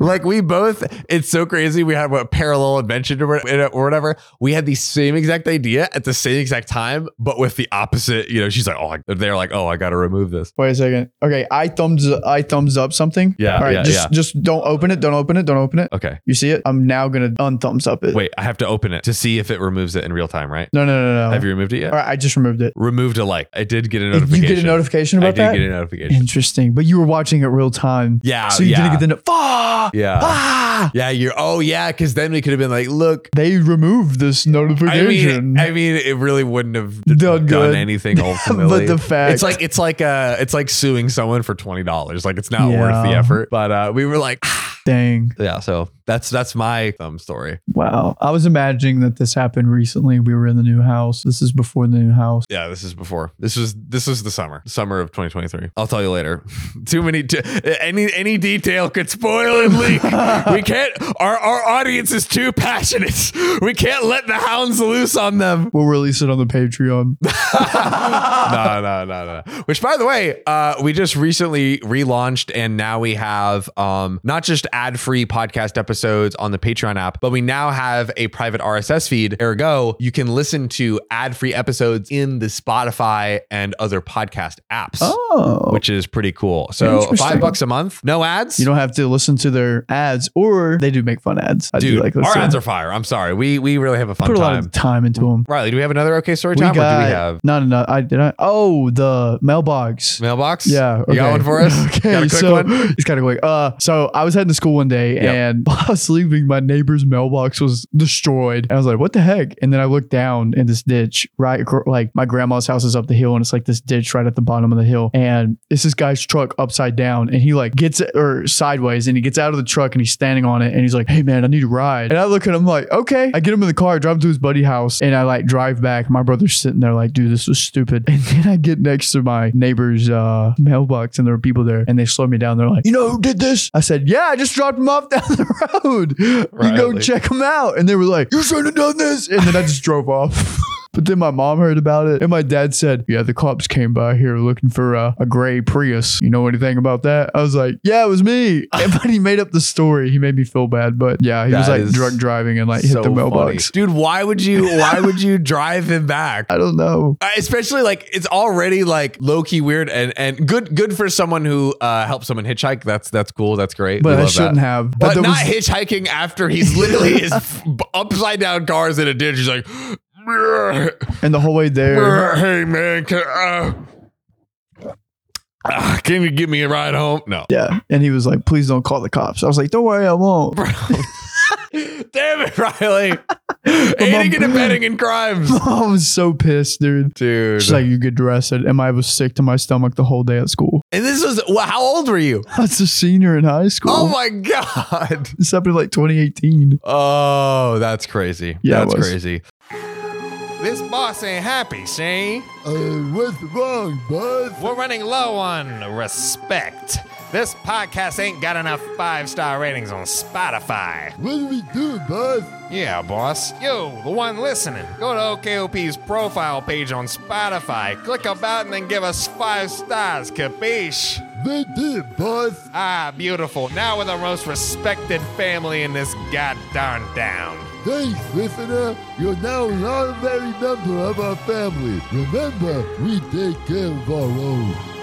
S1: like we both, it's so crazy. We had a parallel invention or what- or whatever. We had the same exact idea at the same exact time, but with the opposite. You know, she's like, "Oh," I- they're like, "Oh, I got to remove this."
S2: Wait a second. Okay, I thumbs I thumbs up something.
S1: Yeah,
S2: All right.
S1: yeah,
S2: just
S1: yeah.
S2: just don't open it. Don't open it. Don't open it.
S1: Okay,
S2: You see it? I'm now gonna unthumbs up it.
S1: wait, I have to open it to see if it removes it in real time, right?
S2: No, no, no, no.
S1: Have you removed it yet?
S2: All right. I just removed it.
S1: removed a like. I did get a
S2: You
S1: notification.
S2: get a notification
S1: I
S2: about
S1: did
S2: that.
S1: get a notification.
S2: Interesting. But you were watching it real time.
S1: Yeah.
S2: So you
S1: yeah,
S2: didn't get the no- ah,
S1: Yeah.
S2: ah.
S1: yeah, you're oh yeah, because then we could have been like, look.
S2: They removed this
S1: I
S2: notification.
S1: mean, I mean, it really wouldn't have
S2: Done
S1: done
S2: good.
S1: anything ultimately.
S2: but the fact
S1: it's like it's like uh it's like suing someone for twenty dollars. Like it's not
S2: Yeah.
S1: worth the effort. But uh, we were like, "Ah."
S2: Dang.
S1: yeah. So that's that's my thumb story.
S2: Wow. I was imagining that this happened recently. We were in the new house. This is before the new house.
S1: Yeah, this is before. This was this was the summer, summer of 2023. I'll tell you later. Too many. T- any any detail could spoil and leak. we can't. Our our audience is too passionate. We can't let the hounds loose on them.
S2: We'll release it on the Patreon.
S1: no, no, no, no. Which, by the way, uh, we just recently relaunched, and now we have um, not just ad-free podcast episodes on the Patreon app, but we now have a private RSS feed. Ergo, you can listen to ad-free episodes in the Spotify and other podcast apps.
S2: Oh.
S1: Which is pretty cool. So
S2: Interesting.
S1: five bucks a month, no ads.
S2: you don't have to listen to their ads, or they do make fun ads. I
S1: Dude,
S2: do like
S1: our
S2: listening.
S1: ads are fire. I'm sorry. We we really have a fun
S2: Put a lot
S1: time.
S2: of time into them.
S1: Riley, do we have another okay story time, or do we have
S2: not enough. I did. I, oh, the mailbox.
S1: mailbox?
S2: Yeah,
S1: you got
S2: okay.
S1: one for us.
S2: Okay,
S1: got a quick
S2: so
S1: one.
S2: it's kind of quick. Uh, so I was heading to school one day,
S1: Yep.
S2: and while I was leaving, my neighbor's mailbox was destroyed. And I was like, "What the heck?" And then I looked down in this ditch, right? acro- Like my grandma's house is up the hill, and it's like this ditch right at the bottom of the hill. And it's this guy's truck upside down, and he like gets it or sideways, and he gets out of the truck, and he's standing on it, and he's like, "Hey man, I need a ride." And I look at him like, "Okay." I get him in the car, I drive him to his buddy house, and I like drive back. My brother's sitting there like, "Dude, this was stupid." And then I get next to my neighbor's uh, mailbox, and there were people there, and they slow me down. They're like, "You know who did this?" I said, "Yeah, I just dropped him off down the road. You go
S1: Riley.
S2: check him out." And they were like, "You shouldn't have done this." And then I just drove off. But then my mom heard about it, and my dad said, "Yeah, the cops came by here looking for uh, a gray Prius. You know anything about that?" I was like, "Yeah, it was me." And- But he made up the story. He made me feel bad, but yeah, he was
S1: That
S2: like
S1: is
S2: drunk driving and like hit the
S1: so
S2: mailbox.
S1: funny. dude. Why would you? Why would you drive him back?
S2: I don't know.
S1: Uh, Especially like it's already like low key weird and and good good for someone who uh helps someone hitchhike. That's that's cool. That's great. We
S2: But I
S1: love
S2: shouldn't
S1: that.
S2: have.
S1: But,
S2: there
S1: not
S2: was-
S1: hitchhiking after he's literally his f- upside down cars in a ditch. He's like, "Brr,
S2: and the whole way there,
S1: brr, hey man, can, uh, ah, can you give me a ride home? No.
S2: yeah. And he was like, "Please don't call the cops." I was like, "Don't worry, I won't."
S1: Damn it, Riley. Aiding and abetting in crimes.
S2: I was so pissed, dude.
S1: Dude.
S2: She's like, "You get dressed," and I was sick to my stomach the whole day at school.
S1: And this was well, how old were you?
S2: I was a senior in high school.
S1: Oh my god.
S2: this happened in like 2018.
S1: Oh, that's crazy.
S2: Yeah, it
S1: that's
S2: was.
S1: crazy. This boss ain't happy, see?
S2: Uh, what's wrong, bud?
S1: We're running low on respect. This podcast ain't got enough five-star ratings on Spotify.
S2: What do we do, bud?
S1: Yeah, boss. Yo, the one listening. Go to OKOP's profile page on Spotify. Click about and then give us five stars, capiche?
S2: They did, bud.
S1: Ah, beautiful. Now we're the most respected family in this goddamn town.
S3: Thanks, listener. You're now an honorary member of our family. Remember, we take care of our own.